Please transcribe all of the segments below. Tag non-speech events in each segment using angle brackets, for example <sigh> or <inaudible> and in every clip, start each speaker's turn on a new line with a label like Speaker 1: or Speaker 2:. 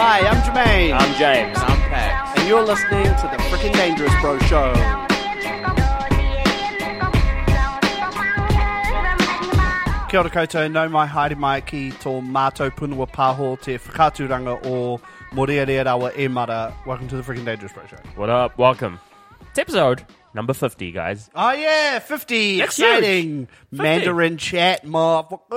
Speaker 1: Hi, I'm Jermaine.
Speaker 2: I'm James. I'm Pat.
Speaker 1: and you're listening to the Freaking Dangerous Bro Show. Kia ora koutou, nau mai haere mai ki tō mātou punua pāho te whakāturanga o Moriare Rawa e Mara. Welcome to the Freaking Dangerous Bro Show.
Speaker 2: What up? Welcome. It's episode number 50, guys.
Speaker 1: Oh yeah, 50!
Speaker 2: That's
Speaker 1: Exciting!
Speaker 2: huge. 50.
Speaker 1: Mandarin chat, motherfucker! <laughs>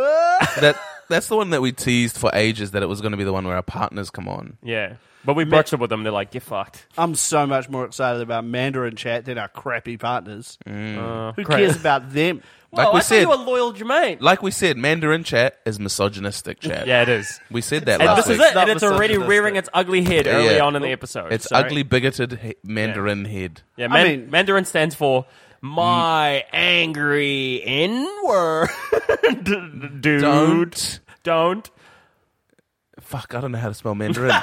Speaker 3: that that's the one that we teased for ages that it was going to be the one where our partners come on.
Speaker 2: Yeah. But we brushed it with them. They're like, you're fucked.
Speaker 1: I'm so much more excited about Mandarin chat than our crappy partners. Who
Speaker 2: crap.
Speaker 1: cares about them?
Speaker 3: Like
Speaker 2: oh,
Speaker 3: we
Speaker 2: I thought
Speaker 3: said,
Speaker 2: you were loyal Jermaine.
Speaker 3: like we said, Mandarin chat is misogynistic chat.
Speaker 2: yeah, it is.
Speaker 3: we said that
Speaker 2: And
Speaker 3: last
Speaker 2: this is
Speaker 3: week.
Speaker 2: it.
Speaker 1: not
Speaker 2: And it's already
Speaker 1: misogynistic.
Speaker 2: rearing its ugly head early
Speaker 3: yeah.
Speaker 2: on in the episode.
Speaker 3: It's
Speaker 2: so-
Speaker 3: ugly, bigoted he- Mandarin head.
Speaker 1: I
Speaker 2: Yeah, man-
Speaker 1: mean-
Speaker 2: Mandarin stands for my angry N word. <laughs> Dude.
Speaker 3: Don't
Speaker 2: Don't.
Speaker 3: fuck. I don't know how to
Speaker 2: <laughs>
Speaker 3: spell Mandarin.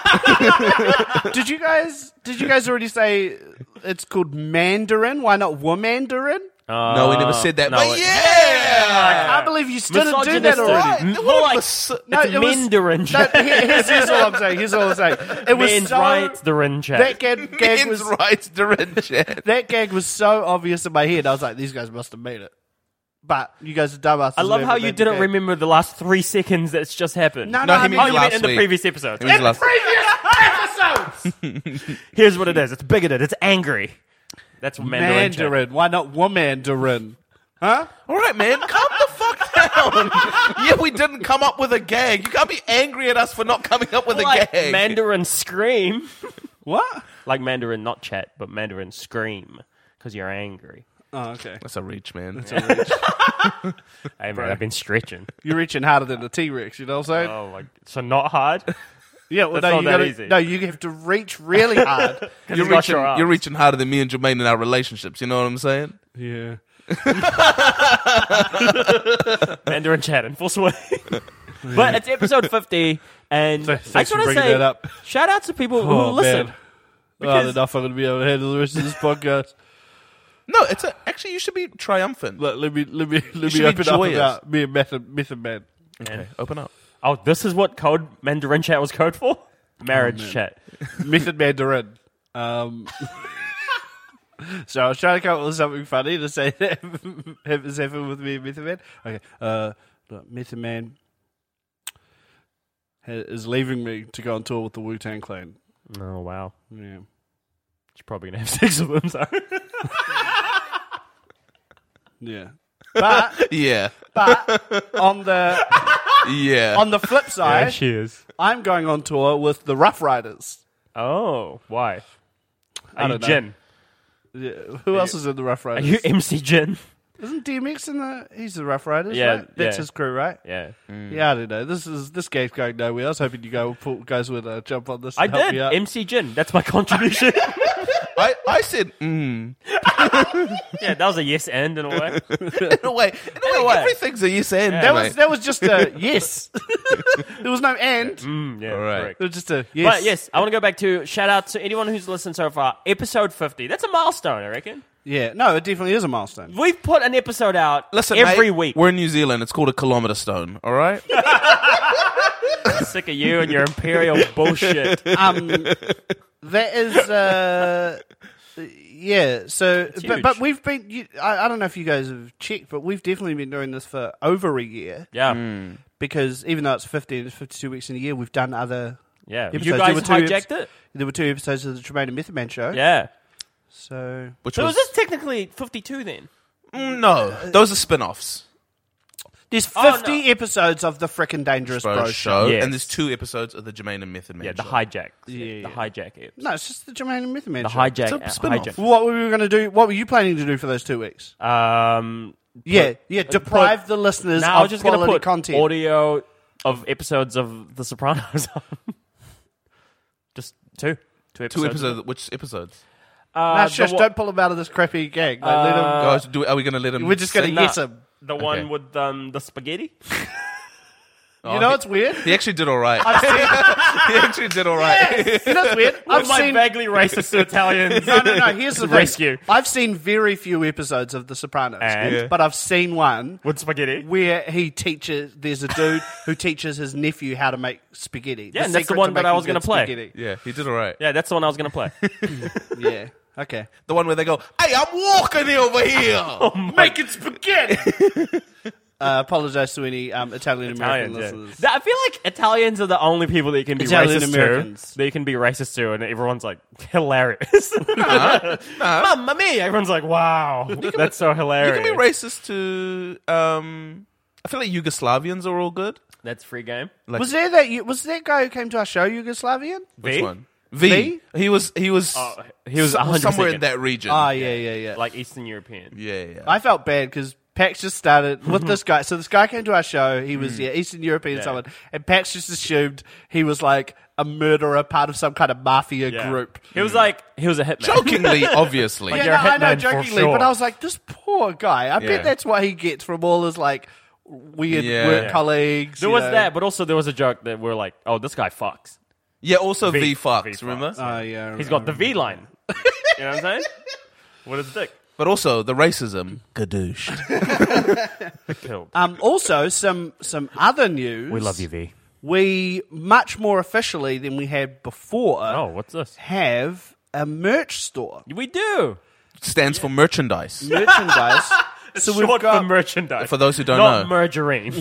Speaker 1: Did you guys? Did you guys already say it's called Mandarin? Why not Womandarin?
Speaker 2: Uh,
Speaker 3: no, we never said that.
Speaker 2: no,
Speaker 3: but
Speaker 2: it-
Speaker 3: yeah,
Speaker 2: <laughs>
Speaker 1: I can't believe you still didn't do that
Speaker 2: Misogynistic.
Speaker 1: already.
Speaker 2: M- More like, it's
Speaker 1: it was-
Speaker 2: Mandarin.
Speaker 1: No, here- here's, here's all I'm saying. Here's all I'm saying. It was
Speaker 2: Men's
Speaker 1: so
Speaker 2: rights, the Rin chat.
Speaker 1: that gag, gag
Speaker 2: <laughs>
Speaker 3: Men's
Speaker 1: was
Speaker 3: rights Mandarin chat.
Speaker 1: that gag was so obvious in my head. I was like, these guys must have made it. But you guys are dumbasses.
Speaker 2: I love
Speaker 1: who
Speaker 2: how
Speaker 1: ever
Speaker 2: you
Speaker 1: made the
Speaker 2: didn't
Speaker 1: gag.
Speaker 2: remember the last three seconds that's just happened.
Speaker 1: No, no,
Speaker 3: No,
Speaker 1: I
Speaker 3: he
Speaker 1: mean,
Speaker 3: meant
Speaker 2: oh, you
Speaker 3: last
Speaker 2: meant in the
Speaker 3: week.
Speaker 2: previous episode.
Speaker 3: It was last.
Speaker 2: Here's what it is. It's bigoted. It's angry. That's what <laughs> Mandarin. chat-
Speaker 1: Mandarin. Why not Womandarin? Huh?
Speaker 3: All right, man, calm the fuck down. <laughs> yeah, we didn't come up with a gag. You can't be angry at us for not coming up with
Speaker 2: Like
Speaker 3: a gag.
Speaker 2: Mandarin scream. <laughs>
Speaker 1: What?
Speaker 2: like Mandarin, not chat, but Mandarin scream because you're angry.
Speaker 1: Oh, okay.
Speaker 3: That's a reach, man.
Speaker 2: Hey man, I've been <laughs> stretching.
Speaker 1: You're reaching harder than the T Rex. You know what I'm saying?
Speaker 2: Oh my, so not <laughs> hard.
Speaker 1: yeah. Well,
Speaker 2: that's
Speaker 1: no,
Speaker 2: not
Speaker 1: you
Speaker 2: that
Speaker 1: gotta,
Speaker 2: easy.
Speaker 1: No, you have to reach really
Speaker 2: <laughs>
Speaker 1: hard.
Speaker 3: You're
Speaker 2: It's got
Speaker 3: reaching,
Speaker 2: your arms.
Speaker 3: you're reaching harder than me and Jermaine in our relationships. You know what I'm saying?
Speaker 1: yeah.
Speaker 2: <laughs> Mandarin chat in full <laughs> swing. but it's episode fifty, and I
Speaker 1: thanks
Speaker 2: just
Speaker 1: for
Speaker 2: want to
Speaker 1: bringing
Speaker 2: say
Speaker 1: that up. <laughs>
Speaker 2: shout out to people
Speaker 1: Oh,
Speaker 2: who listen.
Speaker 1: man.
Speaker 2: Because-
Speaker 1: Not enough. I'm going to be able to handle the rest of this podcast.
Speaker 3: No, it's a, actually you should be triumphant.
Speaker 1: <laughs> Look, let me let me let
Speaker 3: should
Speaker 1: me
Speaker 3: be
Speaker 1: open up
Speaker 3: joyous.
Speaker 1: about me and Method, Method Man.
Speaker 3: Open up.
Speaker 2: Oh, this is what code Mandarin chat was code for? Marriage <laughs> chat.
Speaker 1: Method Mandarin. Um, <laughs> so I was trying to come up with something funny to say <laughs> that has happened with me and Method Man. Okay, uh, look, Method Man ha- is leaving me to go on tour with the Wu Tang Clan.
Speaker 2: Oh wow.
Speaker 1: Yeah.
Speaker 2: She's probably gonna have <laughs> sex with him, so
Speaker 1: Yeah. But
Speaker 3: Yeah,
Speaker 1: <laughs> but on the
Speaker 3: <laughs> yeah.
Speaker 1: on the flip side,
Speaker 2: she is.
Speaker 1: I'm going on tour with the Rough Riders.
Speaker 2: Oh, why? Are
Speaker 1: don't
Speaker 2: you
Speaker 1: know.
Speaker 2: Jin?
Speaker 1: Yeah. Who else is in the Rough
Speaker 2: Are
Speaker 1: Riders?
Speaker 2: you MC Jin?
Speaker 1: Isn't DMX in the? He's the Rough Riders.
Speaker 2: Yeah,
Speaker 1: right? that's
Speaker 2: yeah. Mm.
Speaker 1: his crew, right?
Speaker 2: Yeah.
Speaker 1: Yeah, I don't know. This is this game's going nowhere. I was hoping you guys would, guys would uh, jump on this.
Speaker 2: I
Speaker 1: and help
Speaker 2: did.
Speaker 1: Me out.
Speaker 2: MC Jin. That's
Speaker 1: <laughs>
Speaker 2: my contribution.
Speaker 3: I, I said mm.
Speaker 2: yeah, that was a yes and in a
Speaker 1: <laughs>
Speaker 2: way.
Speaker 3: in a way. In a way,
Speaker 2: way.
Speaker 3: everything's a yes and.
Speaker 1: that
Speaker 3: mate.
Speaker 1: was that was just
Speaker 2: <laughs>
Speaker 1: a yes. <laughs> there was no and.
Speaker 2: Mm, yeah,
Speaker 3: All right.
Speaker 2: correct.
Speaker 1: It was just a yes.
Speaker 2: But yes, I want to go back to shout out to anyone who's listened so far. Episode 50. That's a milestone, I reckon.
Speaker 1: Yeah. No, it definitely is a
Speaker 2: <laughs>
Speaker 1: milestone.
Speaker 2: We've put an episode out
Speaker 3: Listen,
Speaker 2: every
Speaker 3: mate,
Speaker 2: week.
Speaker 3: We're in New Zealand. It's called a kilometer stone. All right.
Speaker 2: sick of you and
Speaker 1: <laughs>
Speaker 2: your imperial bullshit.
Speaker 1: Um, that is. Uh, yeah. So, but,
Speaker 2: huge.
Speaker 1: but we've been. You, I, I don't know if you guys have checked, but we've definitely been doing this for over a year
Speaker 2: Yeah.
Speaker 1: because even though it's fifteen, it's fifty-two weeks in a year, we've done other.
Speaker 2: Yeah.
Speaker 1: episodes.
Speaker 2: You
Speaker 1: There
Speaker 2: guys
Speaker 1: were two
Speaker 2: hijacked
Speaker 1: eps-
Speaker 2: it?
Speaker 1: There were two episodes of the Tremaine and Method Man show.
Speaker 2: Yeah.
Speaker 1: So
Speaker 3: Which
Speaker 2: So
Speaker 3: was,
Speaker 2: was this technically 52 then?
Speaker 3: Mm, no. Those are spin-offs.
Speaker 1: There's
Speaker 2: Oh,
Speaker 1: 50 episodes of the frickin' Dangerous Bro,
Speaker 3: Bro, show.
Speaker 2: Yes.
Speaker 3: And there's two episodes of the Jermaine and Method Man.
Speaker 2: Yeah, the
Speaker 3: show.
Speaker 2: hijack.
Speaker 1: Yeah,
Speaker 2: The
Speaker 1: yeah.
Speaker 2: hijack episode.
Speaker 1: No, it's just the Jermaine and Method Man
Speaker 2: The
Speaker 1: show.
Speaker 2: hijack.
Speaker 3: It's a
Speaker 2: uh,
Speaker 3: spin-off.
Speaker 2: hijack.
Speaker 1: What were we going to do? What were you planning to do for those two weeks?
Speaker 2: Um,
Speaker 1: yeah, yeah. Deprive the listeners
Speaker 2: Now I'm
Speaker 1: of
Speaker 2: just going to
Speaker 1: quality
Speaker 2: put
Speaker 1: content.
Speaker 2: audio of episodes of The Sopranos <laughs> on. just two. Two episodes.
Speaker 3: Two episodes. Which episodes?
Speaker 2: Uh,
Speaker 1: Nah,
Speaker 2: the Uh,
Speaker 1: shush,
Speaker 2: one-
Speaker 1: don't pull him out of this crappy gag. Like, let him-
Speaker 3: Guys, do, are we going to let him?
Speaker 1: we're just going
Speaker 3: sing?
Speaker 1: to yes him.
Speaker 2: The one
Speaker 3: Okay.
Speaker 2: with um, the spaghetti.
Speaker 3: Oh,
Speaker 1: You know
Speaker 3: he-
Speaker 1: what's weird?
Speaker 2: <laughs>
Speaker 3: He actually did all right. <laughs>
Speaker 1: I've seen,
Speaker 3: he actually did all right.
Speaker 1: you know what's weird? I've
Speaker 2: my
Speaker 1: seen <laughs>
Speaker 2: vaguely racist Italians.
Speaker 1: no, no,
Speaker 2: <laughs>
Speaker 1: no. Here's the thing.
Speaker 2: Rescue.
Speaker 1: I've seen very few episodes of The Sopranos,
Speaker 2: And? Yeah.
Speaker 1: but I've seen one
Speaker 2: With spaghetti.
Speaker 1: where he teaches. There's a
Speaker 2: <laughs>
Speaker 1: dude who teaches his nephew how to make spaghetti.
Speaker 2: Yeah, and that's the
Speaker 1: secret
Speaker 2: one that I
Speaker 1: making
Speaker 2: was gonna
Speaker 1: good
Speaker 2: play.
Speaker 1: spaghetti.
Speaker 3: <laughs> Yeah, he did all right.
Speaker 2: Yeah, that's the one I was going to
Speaker 1: <laughs>
Speaker 2: play.
Speaker 1: Yeah. Okay.
Speaker 3: The one where they go, "Hey, I'm walking
Speaker 2: <laughs>
Speaker 3: over here."
Speaker 2: Oh Make it <laughs> spaghetti.
Speaker 1: I apologize to any um, Italian American
Speaker 2: Italians, yeah.
Speaker 1: listeners.
Speaker 2: Th- I feel like Italians are the only people that you can be
Speaker 1: Italian
Speaker 2: racist
Speaker 1: Americans.
Speaker 2: to. That you can be racist to, and everyone's like
Speaker 1: <laughs>
Speaker 2: <laughs> hilarious. Mamma mia! Everyone's like, wow, that's so
Speaker 3: You
Speaker 2: hilarious.
Speaker 3: can be racist to. Um, I feel like Yugoslavians are all good.
Speaker 2: that's free game.
Speaker 3: Like
Speaker 1: Was there that? Was that guy who came to our show Yugoslavian?
Speaker 3: which
Speaker 2: V?
Speaker 3: one? V.
Speaker 1: V?
Speaker 3: He was. He was.
Speaker 2: Eh? Oh, he was
Speaker 3: so-
Speaker 2: 100%
Speaker 3: somewhere in
Speaker 2: good.
Speaker 3: that region.
Speaker 1: Ah, yeah, yeah, yeah.
Speaker 2: Like Eastern European.
Speaker 3: yeah, yeah.
Speaker 2: <laughs>
Speaker 1: I felt bad because Pax just started with this guy. So this guy came to our show. He
Speaker 2: Hmm.
Speaker 1: was yeah, Eastern European someone, and Pax just assumed he was like a murderer, part of some kind of mafia
Speaker 2: Yeah.
Speaker 1: group.
Speaker 2: He was like, he was a hitman. <laughs>
Speaker 3: Jokingly, obviously.
Speaker 2: Like,
Speaker 1: Yeah,
Speaker 2: You're a
Speaker 1: no, I know
Speaker 2: hitman for
Speaker 1: jokingly,
Speaker 2: sure.
Speaker 1: but I was like, this poor guy. I
Speaker 3: Yeah.
Speaker 1: bet that's what he gets from all his like weird
Speaker 3: Yeah.
Speaker 1: work
Speaker 3: Yeah.
Speaker 1: colleagues.
Speaker 2: There
Speaker 1: you
Speaker 2: was
Speaker 1: know.
Speaker 2: that, but also there was a joke that we're like, oh, this guy fucks.
Speaker 3: yeah, also
Speaker 2: V-
Speaker 3: V, Fox,
Speaker 2: V Fox.
Speaker 3: remember?
Speaker 1: Oh yeah,
Speaker 2: He's got the V line. <laughs> you know what I'm saying? What a dick.
Speaker 3: But also the racism. Gadoosh.
Speaker 2: Killed.
Speaker 1: Um, also, some some other news.
Speaker 2: we love you, V.
Speaker 1: We much more officially than we had before
Speaker 2: Oh, what's this?
Speaker 1: have a merch store.
Speaker 2: We do.
Speaker 3: <laughs> Stands for
Speaker 2: <laughs>
Speaker 3: merchandise.
Speaker 1: merchandise. so
Speaker 2: Short
Speaker 1: we've
Speaker 2: for
Speaker 1: got
Speaker 2: merchandise.
Speaker 3: For those who don't
Speaker 2: Not
Speaker 3: know.
Speaker 2: margarine.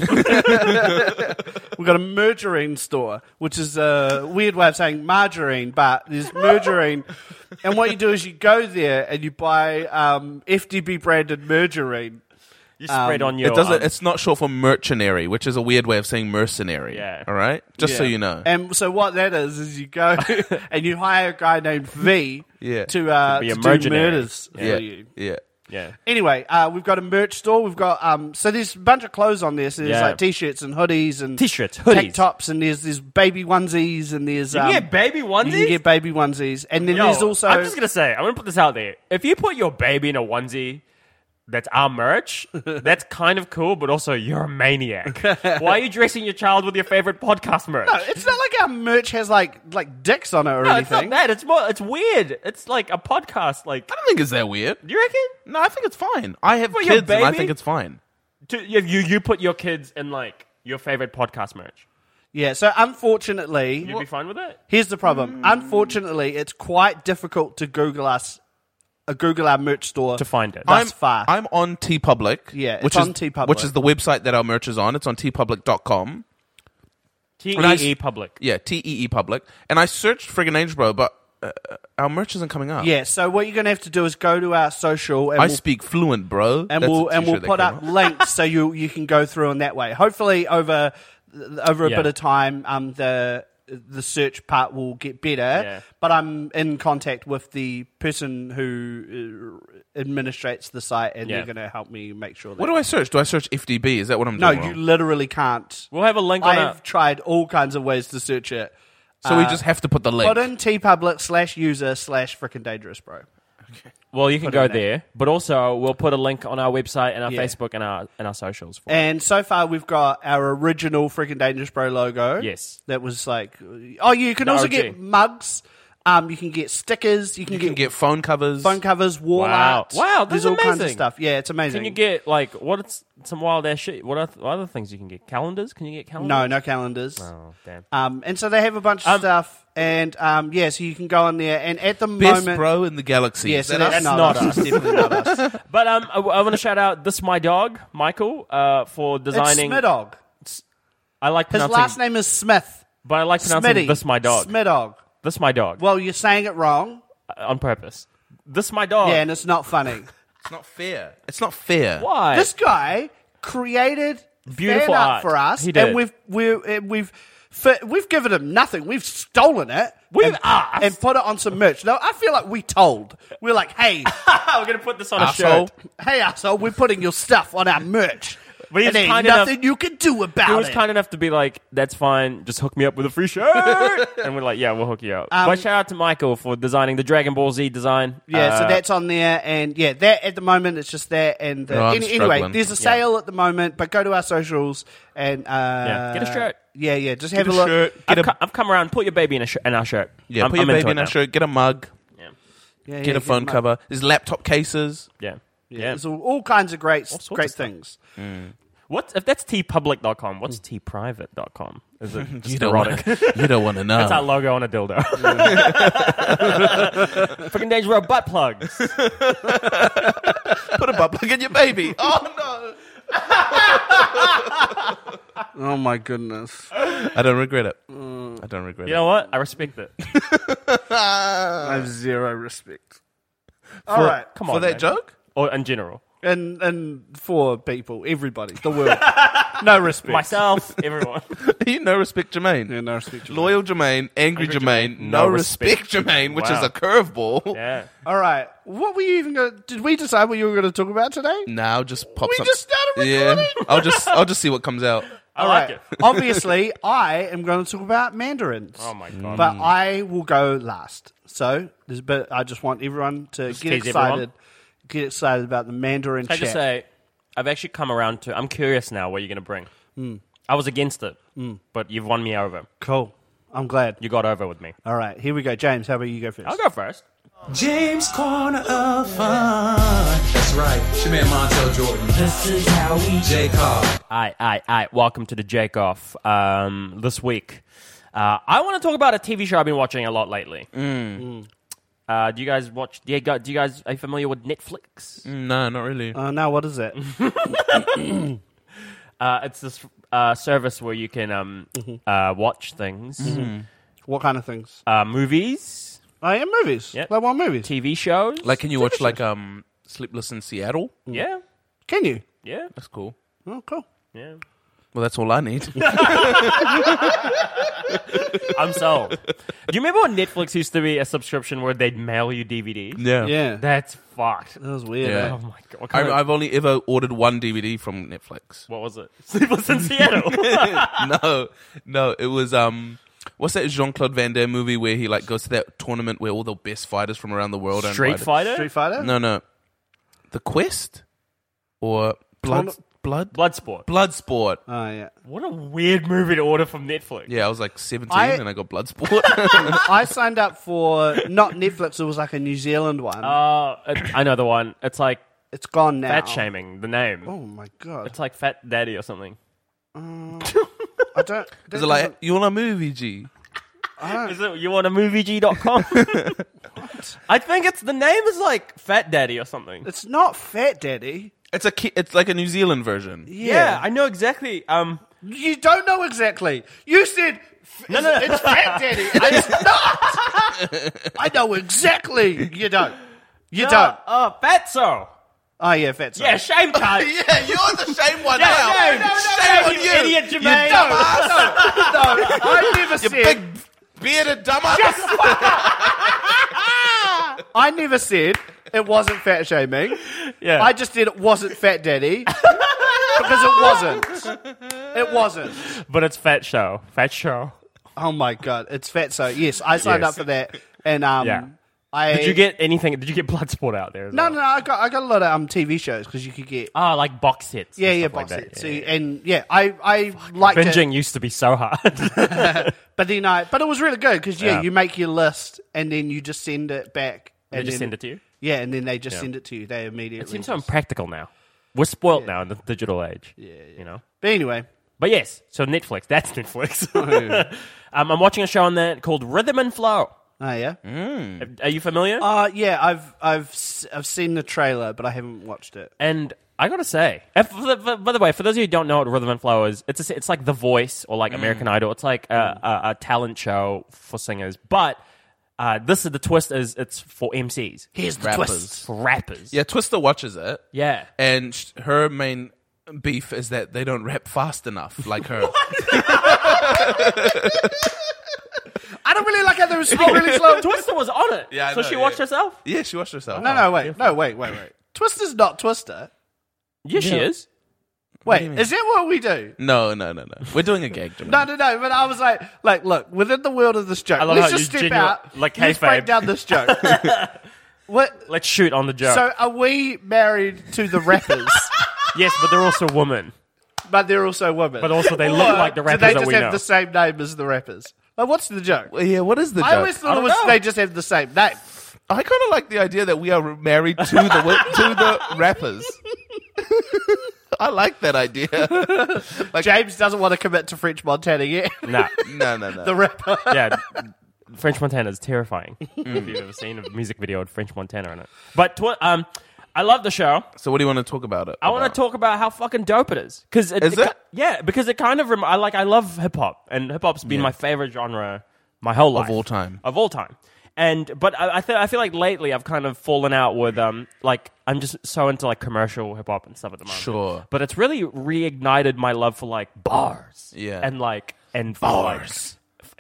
Speaker 1: we've got a mergerine store, which is a weird way of saying margarine, but there's
Speaker 2: <laughs>
Speaker 1: mergerine. and what you do is you go there and you buy um, FDB branded mergerine.
Speaker 2: <laughs> you spread on your.
Speaker 3: It doesn't.
Speaker 2: um,
Speaker 3: it's not short for mercenary, which is a weird way of saying mercenary.
Speaker 2: Yeah.
Speaker 3: All right. Just so you know.
Speaker 1: And so what that is is you go
Speaker 2: <laughs>
Speaker 1: and you hire a guy named V
Speaker 3: Yeah.
Speaker 1: to uh,
Speaker 2: To be
Speaker 1: to
Speaker 2: a
Speaker 1: do
Speaker 2: mercenary.
Speaker 1: murders
Speaker 3: yeah.
Speaker 1: for you.
Speaker 3: Yeah.
Speaker 2: yeah.
Speaker 1: Anyway, uh, we've got a merch store. We've got um, so there's a bunch of clothes on there. So there's
Speaker 2: Yeah.
Speaker 1: like t-shirts and hoodies and
Speaker 2: T-shirts, hoodies.
Speaker 1: tank tops, and there's there's baby onesies, and there's
Speaker 2: You can
Speaker 1: um,
Speaker 2: get baby
Speaker 1: you
Speaker 2: onesies.
Speaker 1: can get baby onesies, and then
Speaker 2: Yo,
Speaker 1: there's also
Speaker 2: I'm just gonna say, I'm gonna put this out there. If you put your baby in a onesie. That's our <laughs> merch. That's kind of cool, but also you're a <laughs> maniac. Why are you dressing your child with your favorite podcast merch?
Speaker 1: <laughs> No, it's not like our merch has like like dicks on it or
Speaker 2: No, it's
Speaker 1: anything.
Speaker 2: not that. It's more. It's weird. It's like a podcast. Like,
Speaker 3: I don't think it's that weird.
Speaker 2: do you reckon?
Speaker 3: No, I think it's fine. I have
Speaker 2: Well, your
Speaker 3: kids, and I
Speaker 2: baby?
Speaker 3: think it's fine.
Speaker 2: To, you, you you put your kids in like your favorite podcast merch.
Speaker 1: Yeah. So unfortunately,
Speaker 2: You'd be Mm. fine with it.
Speaker 1: here's the problem. Unfortunately, it's quite difficult to Google us, uh, Google our merch store
Speaker 2: To find it.
Speaker 1: Thus
Speaker 3: I'm,
Speaker 1: far,
Speaker 3: I'm on T Public.
Speaker 1: Yeah, it's
Speaker 3: which
Speaker 1: on
Speaker 3: is,
Speaker 1: TeePublic.
Speaker 3: Which is the website that our merch is on. It's on tpublic.com.
Speaker 2: T
Speaker 3: When I
Speaker 2: E E
Speaker 3: s-
Speaker 2: public.
Speaker 3: Yeah, T E E Public. And I searched friggin' Angel but uh, our merch isn't coming up.
Speaker 1: yeah. So what you're gonna have to do is go to our social and
Speaker 3: I
Speaker 1: we'll
Speaker 3: speak fluent, bro.
Speaker 1: and
Speaker 3: That's
Speaker 1: we'll
Speaker 3: a
Speaker 1: and we'll
Speaker 3: t-shirt that
Speaker 1: put
Speaker 3: came
Speaker 1: up links so you you can go through in that way. Hopefully over over a
Speaker 2: Yeah.
Speaker 1: bit of time, um, the the search part will get better.
Speaker 2: Yeah.
Speaker 1: But I'm in contact with the person who uh, administrates the site, and
Speaker 2: Yeah.
Speaker 1: they're going to help me make sure. That
Speaker 3: What do I search? Do I search FDB? Is that what I'm
Speaker 1: No,
Speaker 3: doing?
Speaker 1: you
Speaker 3: wrong?
Speaker 1: literally can't.
Speaker 2: We'll have a link
Speaker 1: I've
Speaker 2: on our
Speaker 1: tried all kinds of ways to search it.
Speaker 3: so we just have to put the link.
Speaker 1: Put in tpublic slash user slash frickin' dangerous, bro.
Speaker 2: Well, you can go there, but also we'll put a link on our website and our
Speaker 1: Yeah.
Speaker 2: Facebook and our and our socials. For it.
Speaker 1: And so far, we've got our original freaking Dangerous Bro logo.
Speaker 2: Yes.
Speaker 1: That was like, oh, you can
Speaker 2: The
Speaker 1: also
Speaker 2: OG.
Speaker 1: get mugs. Um, you can get stickers. You can,
Speaker 3: you
Speaker 1: get,
Speaker 3: can get phone covers.
Speaker 1: phone covers, wall
Speaker 2: Wow.
Speaker 1: art.
Speaker 2: Wow, that's
Speaker 1: There's all kinds of
Speaker 2: amazing.
Speaker 1: stuff. Yeah, it's amazing.
Speaker 2: Can you get like what? It's some wild ass shit. What are, what other things you can get? Calendars? Can you get calendars?
Speaker 1: no, no calendars.
Speaker 2: Oh, damn.
Speaker 1: Um, and so they have a bunch of
Speaker 2: Um,
Speaker 1: stuff. And um, yeah, so you can go on there. And at the
Speaker 3: Best
Speaker 1: moment,
Speaker 3: bro in the galaxy.
Speaker 1: yeah,
Speaker 3: Is
Speaker 1: so
Speaker 3: that
Speaker 1: that's
Speaker 3: us?
Speaker 1: not,
Speaker 2: not
Speaker 1: us. Definitely not us. It's
Speaker 2: <laughs> But um, I, want to shout out this my dog Michael uh for designing.
Speaker 1: Smidog.
Speaker 2: I like
Speaker 1: His
Speaker 2: pronouncing,
Speaker 1: last name is Smith.
Speaker 2: but I like pronouncing
Speaker 1: Smitty.
Speaker 2: this my dog.
Speaker 1: Smidog.
Speaker 2: This my dog.
Speaker 1: Well, you're saying it wrong.
Speaker 2: uh, on purpose. This my dog.
Speaker 1: Yeah, and it's not funny.
Speaker 3: It's not fair. It's not fair.
Speaker 2: Why?
Speaker 1: this <laughs> guy created
Speaker 2: Beautiful
Speaker 1: fan art
Speaker 2: art.
Speaker 1: for us,
Speaker 2: He did.
Speaker 1: and we've we're, and we've for we've given them nothing. We've stolen it.
Speaker 2: We've
Speaker 1: and,
Speaker 2: asked.
Speaker 1: and put it on some merch. Now I feel like we told. We're like,
Speaker 2: <laughs>
Speaker 1: hey,
Speaker 2: We're gonna put this on
Speaker 3: Asshole.
Speaker 2: a shirt.
Speaker 1: hey, asshole, we're putting your stuff on our merch.
Speaker 2: But he
Speaker 1: and
Speaker 2: was
Speaker 1: ain't
Speaker 2: kind
Speaker 1: nothing
Speaker 2: enough-
Speaker 1: you can do
Speaker 2: He
Speaker 1: about
Speaker 2: was
Speaker 1: it.
Speaker 2: kind enough to be like, "That's fine. Just hook me up with a free shirt." and we're like, "Yeah, we'll hook you up." but shout out to Michael for designing the Dragon Ball Z design.
Speaker 1: Yeah, so
Speaker 2: Uh,
Speaker 1: that's on there, and yeah, that at the moment it's just that, and uh,
Speaker 3: No, I'm
Speaker 1: any- anyway,
Speaker 3: struggling.
Speaker 1: there's a sale at the moment, but go to our socials and uh, yeah,
Speaker 2: get a shirt.
Speaker 1: Yeah, yeah, just have
Speaker 3: Get
Speaker 1: a,
Speaker 3: a
Speaker 1: look.
Speaker 3: shirt.
Speaker 2: I've,
Speaker 3: Get a-
Speaker 2: cu- I've come around. Put your baby in a sh- in our shirt.
Speaker 3: Yeah,
Speaker 2: I'm-
Speaker 3: put your
Speaker 2: I'm into
Speaker 3: baby
Speaker 2: it
Speaker 3: in
Speaker 2: now.
Speaker 3: a shirt. Get a mug.
Speaker 1: Yeah, yeah,
Speaker 3: Get a phone
Speaker 1: my-
Speaker 3: cover. There's laptop cases.
Speaker 2: Yeah, yeah.
Speaker 1: There's all, all kinds of great,
Speaker 2: sorts
Speaker 1: great
Speaker 2: of stuff.
Speaker 1: things.
Speaker 2: What if that's tpublic.com? What's tprivate.com? Is
Speaker 3: <laughs>
Speaker 2: it
Speaker 3: You
Speaker 2: just
Speaker 3: don't
Speaker 2: erotic?
Speaker 3: want to. You don't <laughs> want to know.
Speaker 2: That's our logo on a dildo. <laughs> Freaking danger of butt plugs.
Speaker 3: Put a butt plug in your baby. Oh
Speaker 1: <laughs> Oh my goodness, Mm.
Speaker 3: no! I don't regret it. I don't regret
Speaker 2: You know what? I respect <laughs> it.
Speaker 1: I have zero respect. All right,
Speaker 2: Come
Speaker 3: it.
Speaker 2: on,
Speaker 3: For that
Speaker 2: man.
Speaker 3: joke. <laughs>
Speaker 2: or in general,
Speaker 1: and and for people, everybody, the
Speaker 2: <laughs>
Speaker 1: world, no respect.
Speaker 2: myself, everyone.
Speaker 3: You no respect Jermaine.
Speaker 1: Yeah, no respect.
Speaker 3: Loyal Jermaine, angry,
Speaker 2: Angry
Speaker 3: Jermaine,
Speaker 2: Jermaine,
Speaker 3: no,
Speaker 2: no
Speaker 3: respect,
Speaker 2: respect.
Speaker 3: Jermaine, which
Speaker 2: Wow.
Speaker 3: is a curveball.
Speaker 2: Yeah.
Speaker 1: All right, what were you even going? Did we decide what you were going to talk about today?
Speaker 3: <laughs>
Speaker 2: Mm.
Speaker 3: Now just pop.
Speaker 1: We
Speaker 3: some-
Speaker 1: just started recording.
Speaker 3: Yeah, <laughs> I'll just I'll just see what
Speaker 1: <laughs>
Speaker 3: comes out.
Speaker 2: I
Speaker 1: All
Speaker 2: like
Speaker 1: right.
Speaker 2: it. <laughs>
Speaker 1: Obviously, I am going to talk about mandarins.
Speaker 2: Oh my god.
Speaker 1: But I will go last. So, there's a bit, I just want everyone to get
Speaker 2: tease
Speaker 1: excited,
Speaker 2: everyone.
Speaker 1: get excited about the mandarin
Speaker 2: Can I
Speaker 1: chat.
Speaker 2: just say, I've actually come around to. I'm curious now what you're going to bring. I was against it, but you've won me over.
Speaker 1: cool. I'm glad.
Speaker 2: You got over with me.
Speaker 1: All right, here we go. James, how about you go first?
Speaker 2: I'll go first.
Speaker 4: James Corner of Fun.
Speaker 5: That's right. It's your man Montel Jordan.
Speaker 4: This is how we
Speaker 5: J. Cobb.
Speaker 2: Aye, aye, aye. Welcome to the Jake Off um, this week. Uh, I want to talk about a TV show I've been watching a lot lately.
Speaker 5: Mm.
Speaker 4: Mm.
Speaker 2: Uh, do you guys watch? Do you guys, do you guys are you familiar with Netflix?
Speaker 5: Mm.
Speaker 3: No, not really.
Speaker 1: Uh, now, what
Speaker 2: <laughs>
Speaker 1: is it?
Speaker 2: Uh, it's this uh, service where you can um,
Speaker 4: Mm-hmm.
Speaker 2: uh, watch things,
Speaker 5: Mm-hmm.
Speaker 1: what kind of things?
Speaker 2: uh, movies,
Speaker 1: I am movies.
Speaker 2: Yep.
Speaker 1: Like what movies?
Speaker 2: TV shows.
Speaker 3: like, can you watch like um Sleepless in Seattle?
Speaker 2: yeah,
Speaker 1: Can you?
Speaker 2: yeah,
Speaker 3: That's cool.
Speaker 1: Oh, cool.
Speaker 2: yeah.
Speaker 3: Well, that's all I need.
Speaker 1: <laughs>
Speaker 2: I'm sold. do you remember when Netflix used to be a subscription where they'd mail you DVDs?
Speaker 3: yeah,
Speaker 1: Yeah. That,
Speaker 2: That's fucked.
Speaker 1: was weird. eh?
Speaker 3: Yeah.
Speaker 2: Oh my god! What, kind
Speaker 3: I,
Speaker 2: of-
Speaker 3: I've only ever ordered one DVD from Netflix. <laughs>
Speaker 2: what was it? Sleepless in Seattle.
Speaker 3: no, no, it was um, what's that Jean Claude Van Damme movie where he like goes to that tournament where all the best fighters from around the world are
Speaker 2: Street
Speaker 3: invited?
Speaker 2: Fighter.
Speaker 1: Street Fighter?
Speaker 3: No, no, The Quest or Blood,
Speaker 1: Tourna-
Speaker 3: Blood,
Speaker 2: Bloodsport.
Speaker 3: Bloodsport.
Speaker 1: Oh, yeah.
Speaker 2: What a weird movie to order from Netflix.
Speaker 3: Yeah, I was like 17
Speaker 1: I-
Speaker 3: and I got Bloodsport. <laughs>
Speaker 1: I signed up for not Netflix, it was like a New Zealand one.
Speaker 2: Uh, it- I know the one. It's like
Speaker 1: it's gone now.
Speaker 2: fat shaming. The name.
Speaker 1: Oh, my God.
Speaker 2: It's like Fat Daddy or something.
Speaker 1: I don't. that
Speaker 3: Is it like,
Speaker 1: doesn't-
Speaker 3: you want a movie, G?
Speaker 2: Is it you want a movieg.com? I think it's the name is like Fat Daddy or something.
Speaker 1: it's not Fat Daddy.
Speaker 3: It's a ki- it's like a New Zealand version.
Speaker 2: yeah. I know exactly. Um,
Speaker 1: You don't know exactly. You said no, no, it's Fat Daddy. and It's not. I know exactly. You don't. You
Speaker 2: uh,
Speaker 1: don't.
Speaker 2: uh, Fatso.
Speaker 1: Oh yeah, Fat. Side.
Speaker 2: Yeah, shame card.
Speaker 3: Yeah, you're the shame one
Speaker 2: Yeah, no, no, no,
Speaker 3: Shame
Speaker 2: no,
Speaker 3: on
Speaker 2: you
Speaker 3: you,
Speaker 2: idiot,
Speaker 3: you
Speaker 2: Jermaine.
Speaker 3: dumbass.
Speaker 1: I never
Speaker 3: You
Speaker 1: said.
Speaker 3: big bearded dumbass.
Speaker 1: I never said it wasn't fat shaming.
Speaker 2: Yeah.
Speaker 1: I just said it wasn't Fat
Speaker 2: <laughs>
Speaker 1: Daddy because it wasn't. It wasn't.
Speaker 2: but it's Fat Show. Fat Show.
Speaker 1: Oh my god, it's Fat. So yes, I signed
Speaker 2: Yes.
Speaker 1: up for that, and um,
Speaker 2: Yeah.
Speaker 1: I
Speaker 2: Did you get anything? Did you get Bloodsport out there? As
Speaker 1: No,
Speaker 2: well?
Speaker 1: no, no. I got I got a lot of um TV shows because you could get.
Speaker 2: Ah, like box sets. and
Speaker 1: Yeah, yeah,
Speaker 2: stuff like
Speaker 1: box
Speaker 2: that.
Speaker 1: sets. So, and yeah, I I liked it.
Speaker 2: Binging used to be so hard.
Speaker 1: But then I, but it was really good because yeah,
Speaker 2: Yeah.
Speaker 1: you make your list and then you just send it back. And
Speaker 2: They just
Speaker 1: then-
Speaker 2: send it to you?
Speaker 1: Yeah, and then they just send it to you. They immediately.
Speaker 2: It seems so
Speaker 1: just-
Speaker 2: impractical now. We're spoilt now in the digital age. Yeah, you know.
Speaker 1: but anyway,
Speaker 2: But yes, so Netflix. That's <laughs> Netflix. <laughs> um, I'm watching a show on that called Rhythm and Flow.
Speaker 1: oh yeah,
Speaker 2: Mm. Are you familiar?
Speaker 1: uh, yeah. I've I've s- I've seen the trailer, but I haven't watched it.
Speaker 2: and I gotta say, if, if- by the way, for those of you who don't know what Rhythm and Flow is, it's a, it's like The Voice or
Speaker 3: Mm.
Speaker 2: like American Idol. It's like a, a, a talent show for singers. But uh, this is the twist is it's for MCs,
Speaker 1: Here's the
Speaker 3: Rappers.
Speaker 1: twist.
Speaker 2: for rappers.
Speaker 3: Yeah, Twister watches it.
Speaker 2: Yeah.
Speaker 3: And
Speaker 1: <laughs>
Speaker 3: sh- her main beef is that they don't rap fast enough like her.
Speaker 1: I don't really like how they were speaking really
Speaker 2: <laughs>
Speaker 1: slow.
Speaker 2: Twister was on it.
Speaker 3: Yeah, I
Speaker 2: so
Speaker 3: know,
Speaker 2: she
Speaker 3: yeah.
Speaker 2: watched herself.
Speaker 3: Yeah, she watched herself.
Speaker 1: No, no, wait, no, wait, wait, wait. Twister's not Twister.
Speaker 2: Yeah, she is.
Speaker 1: Wait, is that what we do?
Speaker 3: No, no, no, no. We're doing a gag, Jermaine.
Speaker 1: No, no, no. But I was like, like, look, within the world of this joke,
Speaker 2: I love
Speaker 1: let's
Speaker 2: how
Speaker 1: just
Speaker 2: you
Speaker 1: step
Speaker 2: genuine-
Speaker 1: out.
Speaker 2: like
Speaker 1: let's
Speaker 2: kayfabe.
Speaker 1: break down this joke.
Speaker 2: <laughs>
Speaker 1: what?
Speaker 2: Let's shoot on the joke.
Speaker 1: So, are we married to the
Speaker 2: <laughs>
Speaker 1: rappers?
Speaker 2: yes, but they're also <laughs> women.
Speaker 1: but they're also women.
Speaker 2: But also they look
Speaker 1: Or
Speaker 2: like the
Speaker 1: Do they
Speaker 2: rappers that
Speaker 1: just
Speaker 2: we
Speaker 1: have
Speaker 2: know?
Speaker 1: the same name as the rappers? Like, what's the joke?
Speaker 3: Yeah, what is the
Speaker 1: I
Speaker 3: joke?
Speaker 1: always
Speaker 3: I
Speaker 1: thought it
Speaker 3: don't
Speaker 1: was
Speaker 3: know.
Speaker 1: they just have the same name.
Speaker 3: I kind of like the idea that we are married to the wi- to the
Speaker 1: <laughs>
Speaker 3: rappers. I like that idea. Like,
Speaker 1: James doesn't want to commit to French Montana yet. <laughs>
Speaker 2: Nah.
Speaker 3: no, no, no.
Speaker 1: the rapper.
Speaker 2: yeah. French Montana is terrifying.
Speaker 3: Mm.
Speaker 2: If you've ever seen a music video with French Montana in it, but tw- um, I love the show.
Speaker 3: so, what do you want to talk about it?
Speaker 2: I want to talk about how fucking dope it is because
Speaker 3: Is it?
Speaker 2: Yeah, because it kind of rem- I like I love hip hop and hip hop's been my favorite genre my whole life
Speaker 3: all time.
Speaker 2: of all time. And but I I, th- I feel like lately I've kind of fallen out with um like I'm just so into like commercial hip hop and stuff at the moment.
Speaker 3: Sure.
Speaker 2: but it's really reignited my love for like bars.
Speaker 3: Yeah.
Speaker 2: and like and bars.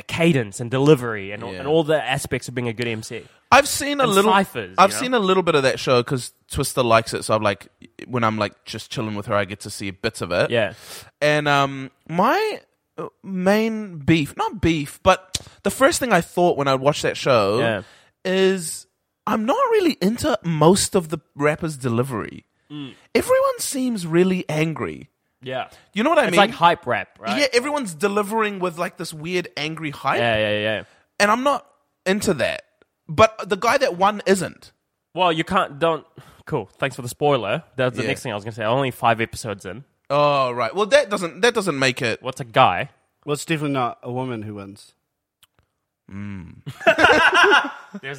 Speaker 2: Cadence and delivery and, all
Speaker 3: Yeah. Uh,
Speaker 2: and all the aspects of being a good MC.
Speaker 3: I've seen a
Speaker 2: and
Speaker 3: little.
Speaker 2: ciphers, you
Speaker 3: I've
Speaker 2: know?
Speaker 3: seen a little bit of that show because Twister likes it. So I'm like, when I'm like just chilling with her, I get to see bits of it.
Speaker 2: Yeah.
Speaker 3: And um, my uh, main beef, not beef, but the first thing I thought when I watched that show
Speaker 2: Yeah.
Speaker 3: is I'm not really into most of the rapper's delivery.
Speaker 2: Mm.
Speaker 3: Everyone seems really angry.
Speaker 2: Yeah,
Speaker 3: You know what I
Speaker 2: it's
Speaker 3: mean?
Speaker 2: like hype rap, right?
Speaker 3: Yeah, everyone's delivering with like this weird angry hype,
Speaker 2: yeah, yeah, yeah.
Speaker 3: and I'm not into that. But the guy that won isn't.
Speaker 2: Well, you can't. Don't. Cool. Thanks for the spoiler. That's the
Speaker 3: Yeah.
Speaker 2: next thing I was going to say. Only five episodes in.
Speaker 3: Oh right. Well, that doesn't that doesn't make it.
Speaker 2: What's a guy?
Speaker 1: Well, it's definitely not a woman who wins.
Speaker 2: There's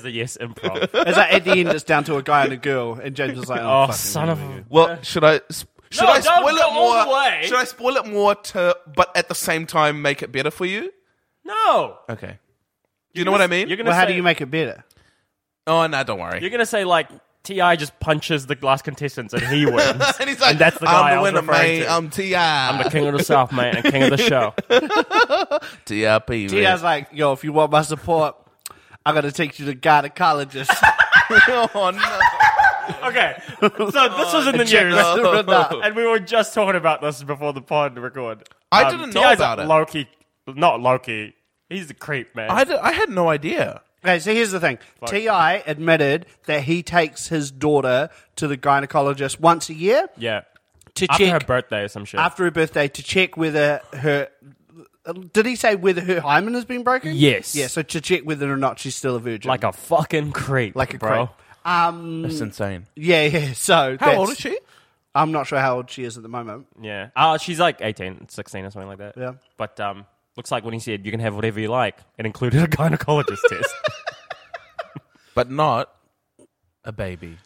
Speaker 2: the yes <laughs> improv.
Speaker 1: It's like at the end, it's down to a guy and a girl, and James is like, "Oh,
Speaker 2: oh,
Speaker 1: fucking
Speaker 2: son of.
Speaker 1: hell."
Speaker 2: a...
Speaker 3: Well, should I s- should
Speaker 2: No,
Speaker 3: I
Speaker 2: don't
Speaker 3: spoil
Speaker 2: go
Speaker 3: it
Speaker 2: all the
Speaker 3: more?
Speaker 2: way.
Speaker 3: Should I spoil it more to but at the same time make it better for you?
Speaker 2: No.
Speaker 3: Okay. You know what I mean?
Speaker 2: You're gonna.
Speaker 1: Well,
Speaker 2: say,
Speaker 1: how do you make it better?
Speaker 3: oh no, don't worry.
Speaker 2: You're gonna say like Ti just punches the last contestants and he wins. <laughs>
Speaker 3: and he's like,
Speaker 2: and that's the guy
Speaker 3: I'm
Speaker 2: I
Speaker 3: the
Speaker 2: was
Speaker 3: winner,
Speaker 2: referring
Speaker 3: mate.
Speaker 2: to.
Speaker 3: I'm Ti.
Speaker 2: I'm
Speaker 3: <laughs>
Speaker 2: the king of the south, mate, and king of the show.
Speaker 3: TRP.
Speaker 1: He
Speaker 3: man.
Speaker 1: was like, "Yo, if you want my support, I'm gonna take you to
Speaker 2: <laughs>
Speaker 1: gynecologist."
Speaker 3: <laughs> oh no.
Speaker 2: <laughs> Okay, so this was in the <laughs>
Speaker 1: <laughs>
Speaker 2: news,
Speaker 3: No.
Speaker 2: and we were just talking about this before the pod record. Um,
Speaker 3: I didn't know
Speaker 2: TI's
Speaker 3: about it.
Speaker 2: Loki, not Loki. He's a creep, man.
Speaker 3: I, d- I had no idea.
Speaker 1: okay, so here's the thing: Ti admitted that he takes his daughter to the gynecologist once a year
Speaker 2: yeah,
Speaker 1: to
Speaker 2: after
Speaker 1: check
Speaker 2: her birthday or some shit.
Speaker 1: after her birthday to check whether her. Did he say whether her hymen has been broken?
Speaker 2: Yes.
Speaker 1: Yeah, so to check whether or not she's still a virgin.
Speaker 2: like a fucking creep,
Speaker 1: like a
Speaker 2: bro.
Speaker 1: crow. Um,
Speaker 3: That's insane.
Speaker 1: yeah, yeah. So
Speaker 3: Mm. How old is she?
Speaker 1: I'm not sure how old she is at the moment.
Speaker 2: Yeah. Uh, she's like 18, 16 or something like that.
Speaker 1: Yeah.
Speaker 2: But um, looks like when he said you can have whatever you like, it included a gynecologist
Speaker 1: <laughs>
Speaker 2: test.
Speaker 3: But not a baby.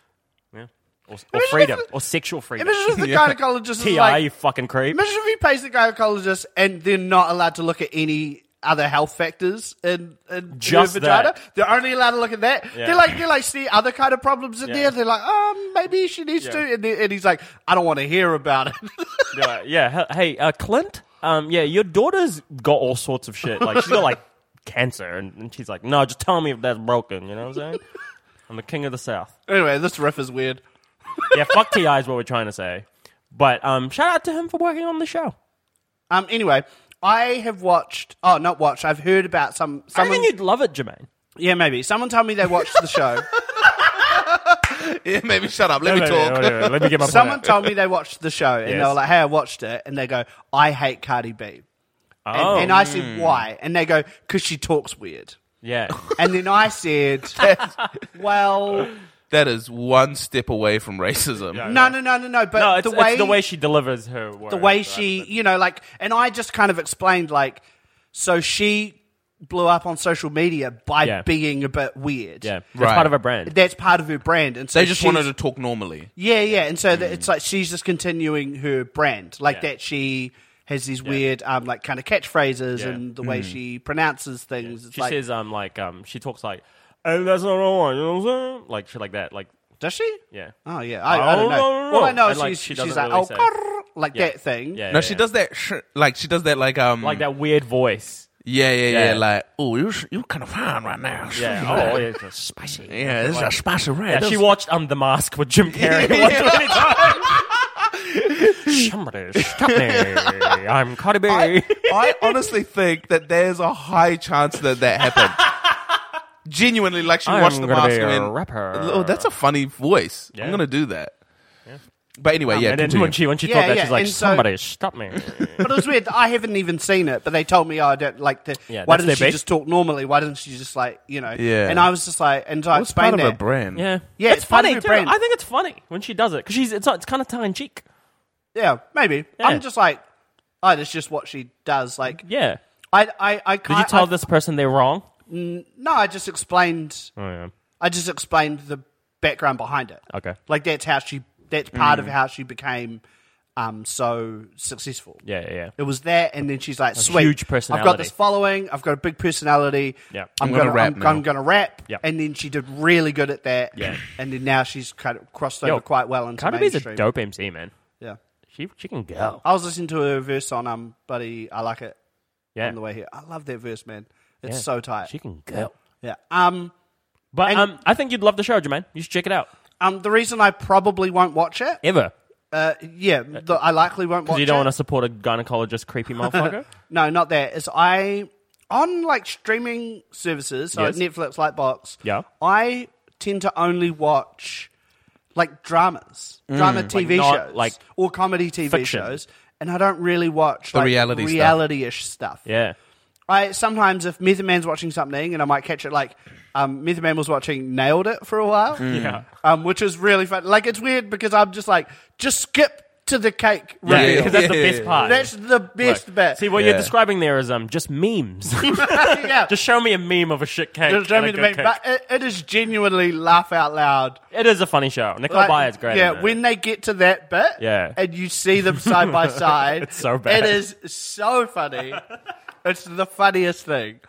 Speaker 2: Yeah. Or, or freedom. Or sexual freedom.
Speaker 1: Imagine
Speaker 2: <laughs>
Speaker 1: if the gynecologist is
Speaker 2: TI,
Speaker 1: like,
Speaker 2: you fucking creep.
Speaker 1: imagine if he pays the gynecologist and they're not allowed to look at any other health factors in, in
Speaker 2: Just
Speaker 1: her vagina.
Speaker 2: that.
Speaker 1: They're only allowed to look at that.
Speaker 2: Yeah.
Speaker 1: They're like, they're like, see other kind of problems in
Speaker 2: Yeah.
Speaker 1: there. They're like, um, maybe she needs
Speaker 2: Yeah.
Speaker 1: to. And, they- and he's like, I don't want to hear about it. <laughs>
Speaker 2: They're like, yeah. he- Hey, uh, Clint, um, yeah, your daughter's got all sorts of shit. Like, she's
Speaker 1: <laughs>
Speaker 2: got like cancer, and, and she's like, no, just tell me if that's broken. You know what
Speaker 1: <laughs>
Speaker 2: I'm saying? I'm the king of the South.
Speaker 1: anyway, this riff is weird.
Speaker 2: Yeah, fuck TI is what we're trying to say. But um, shout out to him for working on the show.
Speaker 1: Um, anyway, I have watched. Oh, not watched. I've heard about some.
Speaker 2: I
Speaker 1: Someone,
Speaker 2: think you'd love it, Jermaine.
Speaker 1: yeah, maybe someone told me they watched the show.
Speaker 2: <laughs>
Speaker 3: Yeah, maybe shut up. Let me
Speaker 2: Wait, wait,
Speaker 3: talk.
Speaker 2: wait, wait, wait, Let me get my point
Speaker 1: Someone
Speaker 2: out.
Speaker 1: told me they watched the show and they
Speaker 2: Yes.
Speaker 1: were like, "Hey, I watched it," and they go, "I hate Cardi B," and,
Speaker 2: Oh.
Speaker 1: and I said, "Why?" and they go, "Cause she talks weird." <laughs>
Speaker 2: Yeah.
Speaker 1: And then I
Speaker 2: <laughs>
Speaker 1: said, "Well,
Speaker 3: That is one step away from racism.
Speaker 1: no, no, no, no, no." But
Speaker 2: No, it's
Speaker 1: the way
Speaker 2: the way she delivers her words.
Speaker 1: the way she, you know, like, and I just kind of explained, like, so she blew up on social media by
Speaker 2: Yeah.
Speaker 1: being a bit weird.
Speaker 2: Yeah, that's
Speaker 3: Right.
Speaker 2: part of her brand.
Speaker 1: That's part of her brand, and so
Speaker 3: They just
Speaker 1: she's-
Speaker 3: wanted to talk normally.
Speaker 1: Yeah, yeah, and so that
Speaker 2: Mm.
Speaker 1: it's like she's just continuing her brand, like that she has these weird, um, like kind of catchphrases
Speaker 2: Yeah. Mm.
Speaker 1: and the way she pronounces things. It's
Speaker 2: She
Speaker 1: like,
Speaker 2: says, um, like, um, she talks like, and that's not all I want, you know what I'm saying? Like, shit like that. Like,
Speaker 1: does she?
Speaker 2: yeah.
Speaker 1: Oh yeah, I, I don't know.
Speaker 2: Oh, no, no, no.
Speaker 1: All I know
Speaker 2: And,
Speaker 1: is
Speaker 2: like,
Speaker 1: she's,
Speaker 2: she
Speaker 1: she's like,
Speaker 2: doesn't really
Speaker 1: oh,
Speaker 2: say-
Speaker 1: carr, like
Speaker 2: Yeah.
Speaker 1: that thing.
Speaker 2: Yeah,
Speaker 3: No,
Speaker 2: yeah,
Speaker 3: she
Speaker 2: yeah.
Speaker 3: does that. Sh- like she does that. Like um.
Speaker 2: like that weird voice.
Speaker 3: Yeah, yeah, yeah.
Speaker 2: Yeah.
Speaker 3: Like oh, you sh- you kind of fine right now.
Speaker 1: <laughs>
Speaker 3: <laughs>
Speaker 2: Yeah, oh, it's just spicy.
Speaker 3: Yeah, this is a spicy red.
Speaker 2: Yeah,
Speaker 3: This-
Speaker 2: she watched um, The Mask with Jim
Speaker 3: <laughs>
Speaker 2: Carrey <laughs> once too many times. Somebody stop me. I'm Cardi B.
Speaker 3: I, <laughs> I honestly think that there's a high chance that that happened.
Speaker 2: <laughs>
Speaker 3: Genuinely, like she
Speaker 2: I'm
Speaker 3: watched the
Speaker 2: gonna
Speaker 3: mask
Speaker 2: be
Speaker 3: and
Speaker 2: a
Speaker 3: went,
Speaker 2: rapper.
Speaker 3: Oh, that's a funny voice.
Speaker 2: Yeah. Um,
Speaker 3: I'm gonna do that. But anyway, yeah.
Speaker 2: and then
Speaker 3: continue.
Speaker 2: when she when she
Speaker 1: Yeah,
Speaker 2: thought that,
Speaker 1: yeah,
Speaker 2: she's like,
Speaker 1: and so-
Speaker 2: "Somebody stop me."
Speaker 1: But it was weird. I haven't even seen it, but they told me, oh, I don't like the.
Speaker 2: Yeah,
Speaker 1: why
Speaker 2: that's
Speaker 1: didn't she
Speaker 2: their beef.
Speaker 1: just talk normally? Why didn't she just like you know?
Speaker 3: Yeah.
Speaker 1: And I was just like, and I
Speaker 3: Well, it's
Speaker 1: explained
Speaker 3: part of her
Speaker 1: that.
Speaker 3: brand.
Speaker 2: yeah,
Speaker 1: Mm. Yeah,
Speaker 2: it's,
Speaker 1: it's part of
Speaker 2: funny
Speaker 1: her
Speaker 2: too.
Speaker 1: brand.
Speaker 2: I think it's funny when she does it because she's it's not, it's kind of tongue in cheek.
Speaker 1: Yeah, maybe.
Speaker 2: Yeah.
Speaker 1: I'm just like, oh, that's just what she does. Like,
Speaker 2: Yeah.
Speaker 1: I, I, I
Speaker 2: Did you
Speaker 1: can't.
Speaker 2: tell
Speaker 1: I-
Speaker 2: this person they're wrong?
Speaker 1: No, I just explained.
Speaker 2: Oh yeah.
Speaker 1: I just explained the background behind it.
Speaker 2: Okay. Mm.
Speaker 1: Like that's how she. That's part of how she became um, so successful.
Speaker 2: Yeah, yeah, yeah.
Speaker 1: It was that, and then she's like, "Sweet,
Speaker 2: huge
Speaker 1: I've got
Speaker 2: personality.
Speaker 1: this following. I've got a big personality.
Speaker 2: Yeah.
Speaker 1: I'm,
Speaker 3: I'm
Speaker 1: gonna,
Speaker 3: gonna rap
Speaker 1: I'm,
Speaker 3: now."
Speaker 1: I'm gonna rap."
Speaker 2: Yeah.
Speaker 1: And then she did really good at that.
Speaker 2: Yeah.
Speaker 1: And then now she's kind of crossed over
Speaker 2: Yo,
Speaker 1: quite well into
Speaker 2: Cardi B's a
Speaker 1: mainstream.
Speaker 2: dope Oh. MC, man.
Speaker 1: Yeah.
Speaker 2: She she can go.
Speaker 1: I was listening to her verse on um, buddy, I like it
Speaker 2: Yeah.
Speaker 1: on the way here. I love that verse, man. It's
Speaker 2: Yeah.
Speaker 1: so tight.
Speaker 2: She can go.
Speaker 1: yeah. Um.
Speaker 2: But
Speaker 1: And-
Speaker 2: um, I think you'd love the show, Jermaine. You should check it out.
Speaker 1: Um. The reason I probably won't watch it.
Speaker 2: Ever.
Speaker 1: Uh, yeah, the, I likely won't watch
Speaker 2: Because you don't
Speaker 1: it.
Speaker 2: want to support a
Speaker 1: <laughs>
Speaker 2: gynecologist creepy motherfucker.
Speaker 1: No, not that. It's I on like streaming services, so
Speaker 2: Yes.
Speaker 1: Netflix, Lightbox.
Speaker 2: Yeah.
Speaker 1: I tend to only watch like dramas, drama TV
Speaker 2: not,
Speaker 1: shows,
Speaker 2: Mm. like,
Speaker 1: or comedy TV
Speaker 2: fiction.
Speaker 1: shows, and I don't really watch
Speaker 3: The
Speaker 1: like,
Speaker 3: reality stuff.
Speaker 1: reality-ish stuff. <laughs>
Speaker 2: yeah.
Speaker 1: I sometimes if Method Man's watching something, and I might catch it like. Um, Method Man was watching Nailed It for a while,
Speaker 2: Mm. Yeah.
Speaker 1: um, which is really fun. Like it's weird because I'm just like, just skip to the cake.
Speaker 2: Yeah,
Speaker 1: Right?
Speaker 2: because <laughs> that's the
Speaker 3: Yeah.
Speaker 2: best part.
Speaker 1: That's the best
Speaker 2: Look,
Speaker 1: bit. <laughs>
Speaker 2: See, what
Speaker 3: Yeah.
Speaker 2: you're describing there is um just memes.
Speaker 1: yeah.
Speaker 2: just show me a meme of a shit cake.
Speaker 1: Just show
Speaker 2: and
Speaker 1: me
Speaker 2: a
Speaker 1: the
Speaker 2: good
Speaker 1: meme.
Speaker 2: cake.
Speaker 1: But it, it is genuinely laugh out loud.
Speaker 2: it is a funny show. Nicole
Speaker 1: Like,
Speaker 2: Byers great.
Speaker 1: Yeah,
Speaker 2: in it.
Speaker 1: when they get to that bit,
Speaker 2: Yeah.
Speaker 1: and you see them side
Speaker 2: <laughs>
Speaker 1: by side,
Speaker 2: It's so bad.
Speaker 1: It is so
Speaker 2: <laughs>
Speaker 1: funny. it's the funniest thing.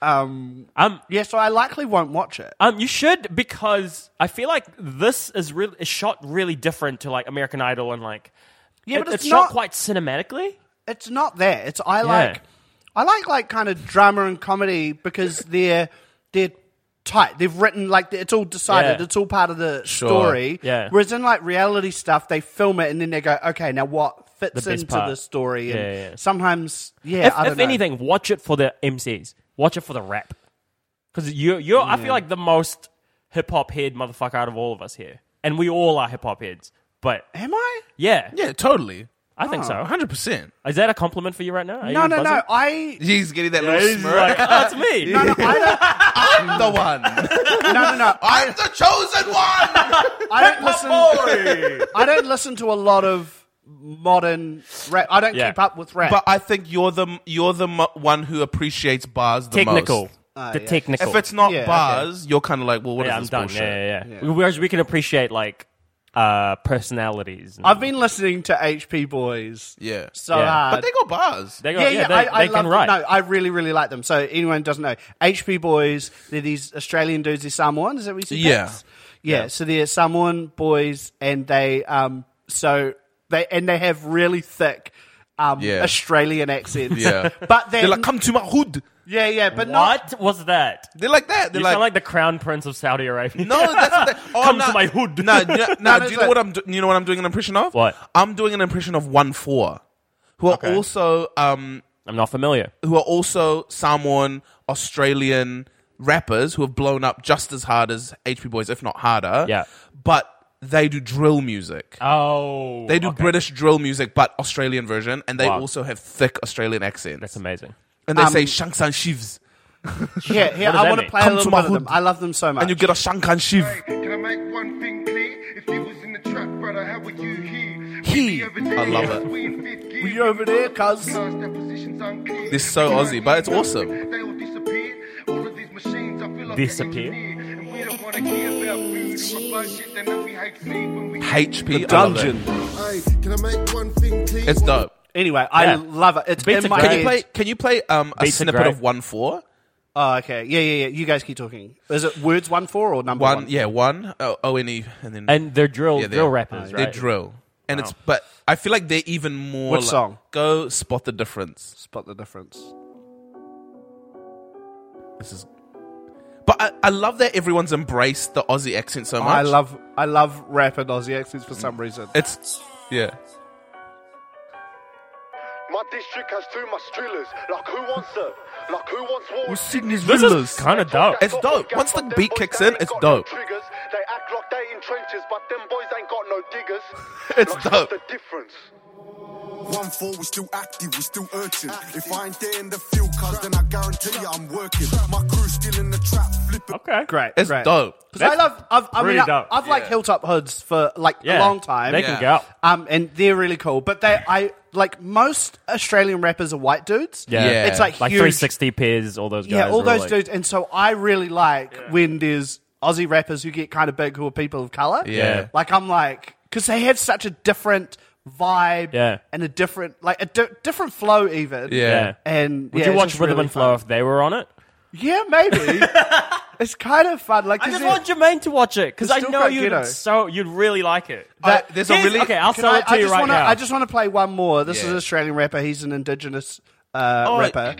Speaker 1: Um,
Speaker 2: um
Speaker 1: yeah, so I likely won't watch it.
Speaker 2: um you should because I feel like this is real is shot really different to like American Idol and like
Speaker 1: Yeah,
Speaker 2: it-
Speaker 1: but it's
Speaker 2: shot
Speaker 1: not-
Speaker 2: quite cinematically.
Speaker 1: It's not that. It's I like, I like like kind of drama and comedy because they're they're tight. They've written like it's all decided.
Speaker 2: Yeah.
Speaker 1: It's all part of the story.
Speaker 2: Yeah.
Speaker 1: Whereas in like reality stuff, they film it and then they go, okay, now what fits
Speaker 2: best
Speaker 1: into
Speaker 2: part.
Speaker 1: the story? And
Speaker 2: Yeah, yeah.
Speaker 1: sometimes, yeah.
Speaker 2: if
Speaker 1: I don't
Speaker 2: if
Speaker 1: know.
Speaker 2: anything, watch it for the MCs. Watch it for the rap. Because you you're I feel like the most hip hop head motherfucker out of all of us here. And we all are hip hop heads. But
Speaker 1: am I?
Speaker 2: yeah,
Speaker 3: Yeah, totally.
Speaker 2: I think so.
Speaker 3: 100. percent
Speaker 2: Is that a compliment for you right now? Are
Speaker 1: Oh, No,
Speaker 2: you
Speaker 1: no, no.
Speaker 2: buzzing?
Speaker 1: I
Speaker 3: He's getting that little
Speaker 2: He's
Speaker 3: smirk.
Speaker 2: like, mm. "Oh, that's me.
Speaker 1: <laughs> no, no, I
Speaker 3: <laughs> I'm the
Speaker 2: <laughs>
Speaker 3: one.
Speaker 1: don't, no, no, no.
Speaker 3: <laughs> I'm the chosen one.
Speaker 1: I don't listen. <laughs> I don't listen to a lot of modern rap. I don't
Speaker 2: Yeah.
Speaker 1: keep up with rap.
Speaker 3: But I think you're the you're the mo- one who appreciates bars the
Speaker 2: Technical.
Speaker 3: most.
Speaker 2: the
Speaker 1: Oh, yeah.
Speaker 2: technical.
Speaker 3: If it's not
Speaker 1: Yeah, okay.
Speaker 3: bars, you're kind of like, well, what is
Speaker 2: yeah, I'm
Speaker 3: this
Speaker 2: done.
Speaker 3: bullshit?
Speaker 2: Yeah, yeah, yeah. Whereas we can appreciate like uh personalities. and-
Speaker 1: I've been listening to HP Boys.
Speaker 3: Yeah.
Speaker 1: so
Speaker 2: Yeah.
Speaker 1: hard.
Speaker 3: But they got bars.
Speaker 2: they go,
Speaker 1: yeah, yeah,
Speaker 2: they,
Speaker 1: I, I
Speaker 2: they
Speaker 1: love
Speaker 2: can write.
Speaker 1: No, I really, really like them. So anyone who doesn't know, HP Boys, they're these Australian dudes, they're Samoan, is that what you said?
Speaker 3: Yeah.
Speaker 1: Pats? yeah. So they're Samoan boys, and they um, so they and they have really thick. Um,
Speaker 3: Yeah.
Speaker 1: Australian accents,
Speaker 3: Yeah.
Speaker 1: <laughs> but they're,
Speaker 3: They're like, come to my hood.
Speaker 1: yeah, yeah, but not
Speaker 2: what was that?
Speaker 3: They're like that. They're
Speaker 2: You
Speaker 3: like,
Speaker 2: sound like the Crown Prince of Saudi Arabia.
Speaker 3: no, that's not that. Oh,
Speaker 2: Come to
Speaker 3: nah.
Speaker 2: my hood. <laughs>
Speaker 3: No,
Speaker 1: No, no,
Speaker 3: no, do
Speaker 1: it's
Speaker 3: you
Speaker 1: like-
Speaker 3: know what I'm? Do- you know what I'm doing an impression of?
Speaker 2: What?
Speaker 3: I'm doing an impression of one four, who are also um,
Speaker 2: <laughs> I'm not familiar.
Speaker 3: who are also Samoan Australian rappers who have blown up just as hard as HP Boys, if not harder.
Speaker 2: Yeah.
Speaker 3: but they do drill music.
Speaker 2: Oh,
Speaker 3: They do British drill music, but Australian version, and they
Speaker 2: Wow.
Speaker 3: also have thick Australian accents.
Speaker 2: That's Um, amazing.
Speaker 3: And they say "shankan shivs,"
Speaker 1: yeah. yeah
Speaker 2: What does
Speaker 1: I
Speaker 2: that
Speaker 1: want to
Speaker 2: mean?
Speaker 1: play
Speaker 3: Come
Speaker 1: a
Speaker 3: to
Speaker 1: little
Speaker 3: my
Speaker 1: bit of them.
Speaker 3: hood.
Speaker 1: I love them so much.
Speaker 3: and you get a shankan shiv.
Speaker 6: Can I make one thing clear? If you was in the trap, brother, how would you hear?
Speaker 3: He. I love it.
Speaker 6: it.
Speaker 1: We over there, cuz.
Speaker 3: This is so Aussie, but it's awesome.
Speaker 6: They all disappeared. All of these machines, I feel like they're
Speaker 2: Disappear?
Speaker 6: engineered. And we don't want to hear about food or bullshit that we hate seeing when we
Speaker 3: HP I
Speaker 1: dungeon.
Speaker 3: love
Speaker 6: Can I make one thing clear?
Speaker 3: it. It's dope.
Speaker 1: Anyway, I
Speaker 2: Yeah.
Speaker 1: love it. It's
Speaker 2: Beats
Speaker 1: in
Speaker 2: are
Speaker 1: my
Speaker 2: great.
Speaker 3: Can you
Speaker 1: head.
Speaker 3: play? Can you play um, a
Speaker 2: Beats are
Speaker 3: snippet
Speaker 2: great.
Speaker 3: of one four?
Speaker 1: Oh, okay. Yeah, yeah, yeah. You guys keep talking. Is it words one four or number one?
Speaker 3: One, yeah, one. O N E, and then
Speaker 2: And they're drill
Speaker 3: yeah,
Speaker 2: drill rappers,
Speaker 3: They
Speaker 2: right?
Speaker 3: drill. and it's but I feel like they're even more.
Speaker 1: Which
Speaker 3: like-
Speaker 1: song?
Speaker 3: Go spot the difference.
Speaker 1: Spot the difference.
Speaker 3: This is. But I, I love that everyone's embraced the Aussie accent so much.
Speaker 1: I love I love rap and Aussie accents for some reason.
Speaker 3: it's yeah.
Speaker 6: My district has too much drillers. Like who wants it? Like who wants war?
Speaker 3: Sydney's
Speaker 2: This is kind of dope.
Speaker 3: It's dope. Once the beat kicks in, it's dope.
Speaker 6: <laughs> Triggers. They act like they in trenches, but them boys ain't got no diggers.
Speaker 3: It's
Speaker 6: Like,
Speaker 3: dope.
Speaker 6: what's The difference.
Speaker 7: One four, we still active, we still urgent. If I ain't there in the field, cuz then I guarantee you I'm working. My crew still in the trap, flipping.
Speaker 2: Okay.
Speaker 1: great.
Speaker 3: It's
Speaker 1: great.
Speaker 3: dope.
Speaker 1: 'Cause I love. I've, I
Speaker 2: really
Speaker 1: mean, I,
Speaker 2: dope.
Speaker 1: I've liked
Speaker 3: Yeah.
Speaker 1: Hilltop Hoods for like
Speaker 2: Yeah.
Speaker 1: a long time.
Speaker 2: They
Speaker 3: Yeah.
Speaker 2: can go.
Speaker 1: Um, and they're really cool. But they, I like most Australian rappers are white dudes.
Speaker 2: Yeah.
Speaker 3: Yeah.
Speaker 1: it's like
Speaker 2: Like
Speaker 1: huge,
Speaker 2: 360 pairs, all those guys.
Speaker 1: Yeah, all
Speaker 2: are
Speaker 1: those
Speaker 2: like-
Speaker 1: dudes. And so I really like when there's Aussie rappers who get kind of big who are people of color.
Speaker 3: Yeah.
Speaker 1: like I'm like because they have such a different vibe.
Speaker 2: Yeah.
Speaker 1: and a different like a di- different flow even.
Speaker 3: Yeah.
Speaker 1: and
Speaker 2: Would
Speaker 1: yeah,
Speaker 2: you
Speaker 1: it's
Speaker 2: watch
Speaker 1: just
Speaker 2: Rhythm
Speaker 1: really
Speaker 2: and Flow
Speaker 1: fun.
Speaker 2: if they were on it?
Speaker 1: Yeah,
Speaker 2: <laughs>
Speaker 1: maybe. it's kind of fun. Like
Speaker 2: I
Speaker 1: 'cause
Speaker 2: just
Speaker 1: it-
Speaker 2: want Jermaine to watch it because
Speaker 1: It's
Speaker 2: I
Speaker 1: still
Speaker 2: know
Speaker 1: quite
Speaker 2: you'd
Speaker 1: ghetto.
Speaker 2: so you'd really like it.
Speaker 3: That- there's a
Speaker 2: Here's-
Speaker 3: really-
Speaker 2: okay. I'll
Speaker 1: Can
Speaker 2: sell
Speaker 1: I,
Speaker 2: it to
Speaker 1: I
Speaker 2: you
Speaker 1: just
Speaker 2: right
Speaker 1: wanna,
Speaker 2: now.
Speaker 1: I just want to play one more. This is
Speaker 3: Yeah.
Speaker 1: an Australian rapper. He's an indigenous uh,
Speaker 3: Oh,
Speaker 1: rapper.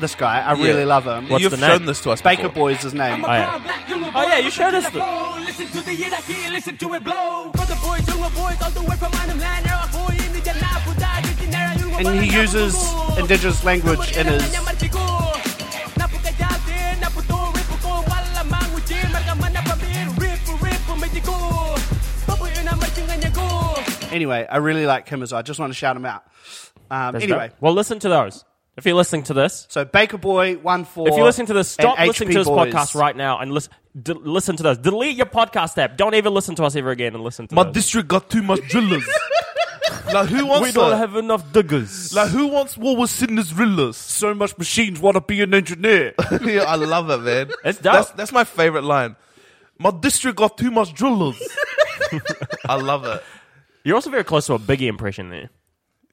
Speaker 1: This guy, I really love him.
Speaker 2: What's
Speaker 3: You've
Speaker 2: the
Speaker 3: shown
Speaker 2: name?
Speaker 3: this to us.
Speaker 1: Baker
Speaker 3: before.
Speaker 1: Boy's his name.
Speaker 2: Oh, yeah. Oh, yeah, you showed us the-
Speaker 4: Listen to the year that he listen to it blow. From the boy to a boy, all the way from Manam Land, there are boy in the Jannah, Buddha, Kitchen, there are you,
Speaker 1: and he
Speaker 4: Wabana,
Speaker 1: uses
Speaker 4: Nabukugo.
Speaker 1: indigenous language in his. Anyway, I really like him as well. I just want to shout him out. Um,
Speaker 2: There's
Speaker 1: anyway,
Speaker 2: no- well, listen to those. If you're listening to this,
Speaker 1: so Baker Boy one four.
Speaker 2: if you're listening to this,
Speaker 1: and
Speaker 2: stop listening
Speaker 1: HP
Speaker 2: to this
Speaker 1: Boys.
Speaker 2: podcast right now and listen. D- listen to those. Delete your podcast app. Don't ever listen to us ever again and listen to
Speaker 3: My
Speaker 2: those.
Speaker 3: district got too much <laughs> drillers. like who wants?
Speaker 2: we don't
Speaker 3: that?
Speaker 2: have enough diggers.
Speaker 3: Like who wants war with Sydney's drillers?
Speaker 1: So much machines want to be an engineer.
Speaker 3: <laughs> yeah, I love it, man.
Speaker 2: It's dope.
Speaker 3: That's, that's my favorite line. My district got too much drillers. <laughs> I love it.
Speaker 2: You're also very close to a Biggie impression there.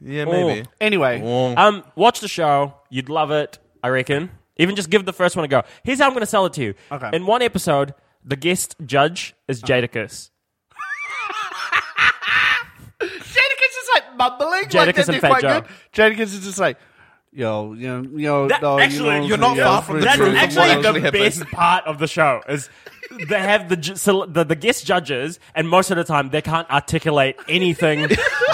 Speaker 3: Yeah,
Speaker 2: Oh.
Speaker 3: maybe.
Speaker 1: anyway,
Speaker 2: Um, watch the show. You'd love it, I reckon. Even just give the first one a go. Here's how I'm going to sell it to you.
Speaker 1: Okay.
Speaker 2: In one episode, the guest judge is
Speaker 1: <laughs>
Speaker 2: Jadakiss.
Speaker 1: Jadakiss is like mumbling.
Speaker 2: Jadakiss
Speaker 1: like, that'd
Speaker 2: and
Speaker 1: be
Speaker 2: Fat
Speaker 1: quite
Speaker 2: Joe.
Speaker 1: good. Jadakiss is just like, yo, yo, yo,
Speaker 2: That-
Speaker 1: no,
Speaker 2: actually,
Speaker 1: you know,
Speaker 2: you're
Speaker 3: not
Speaker 1: yo,
Speaker 3: far from the
Speaker 1: it's
Speaker 2: That's
Speaker 1: really-
Speaker 3: truth. of what
Speaker 2: actually the
Speaker 3: actually happened.
Speaker 2: best part of the show is they have the, ju- so the the guest judges, and most of the time they can't articulate
Speaker 3: <laughs>
Speaker 2: anything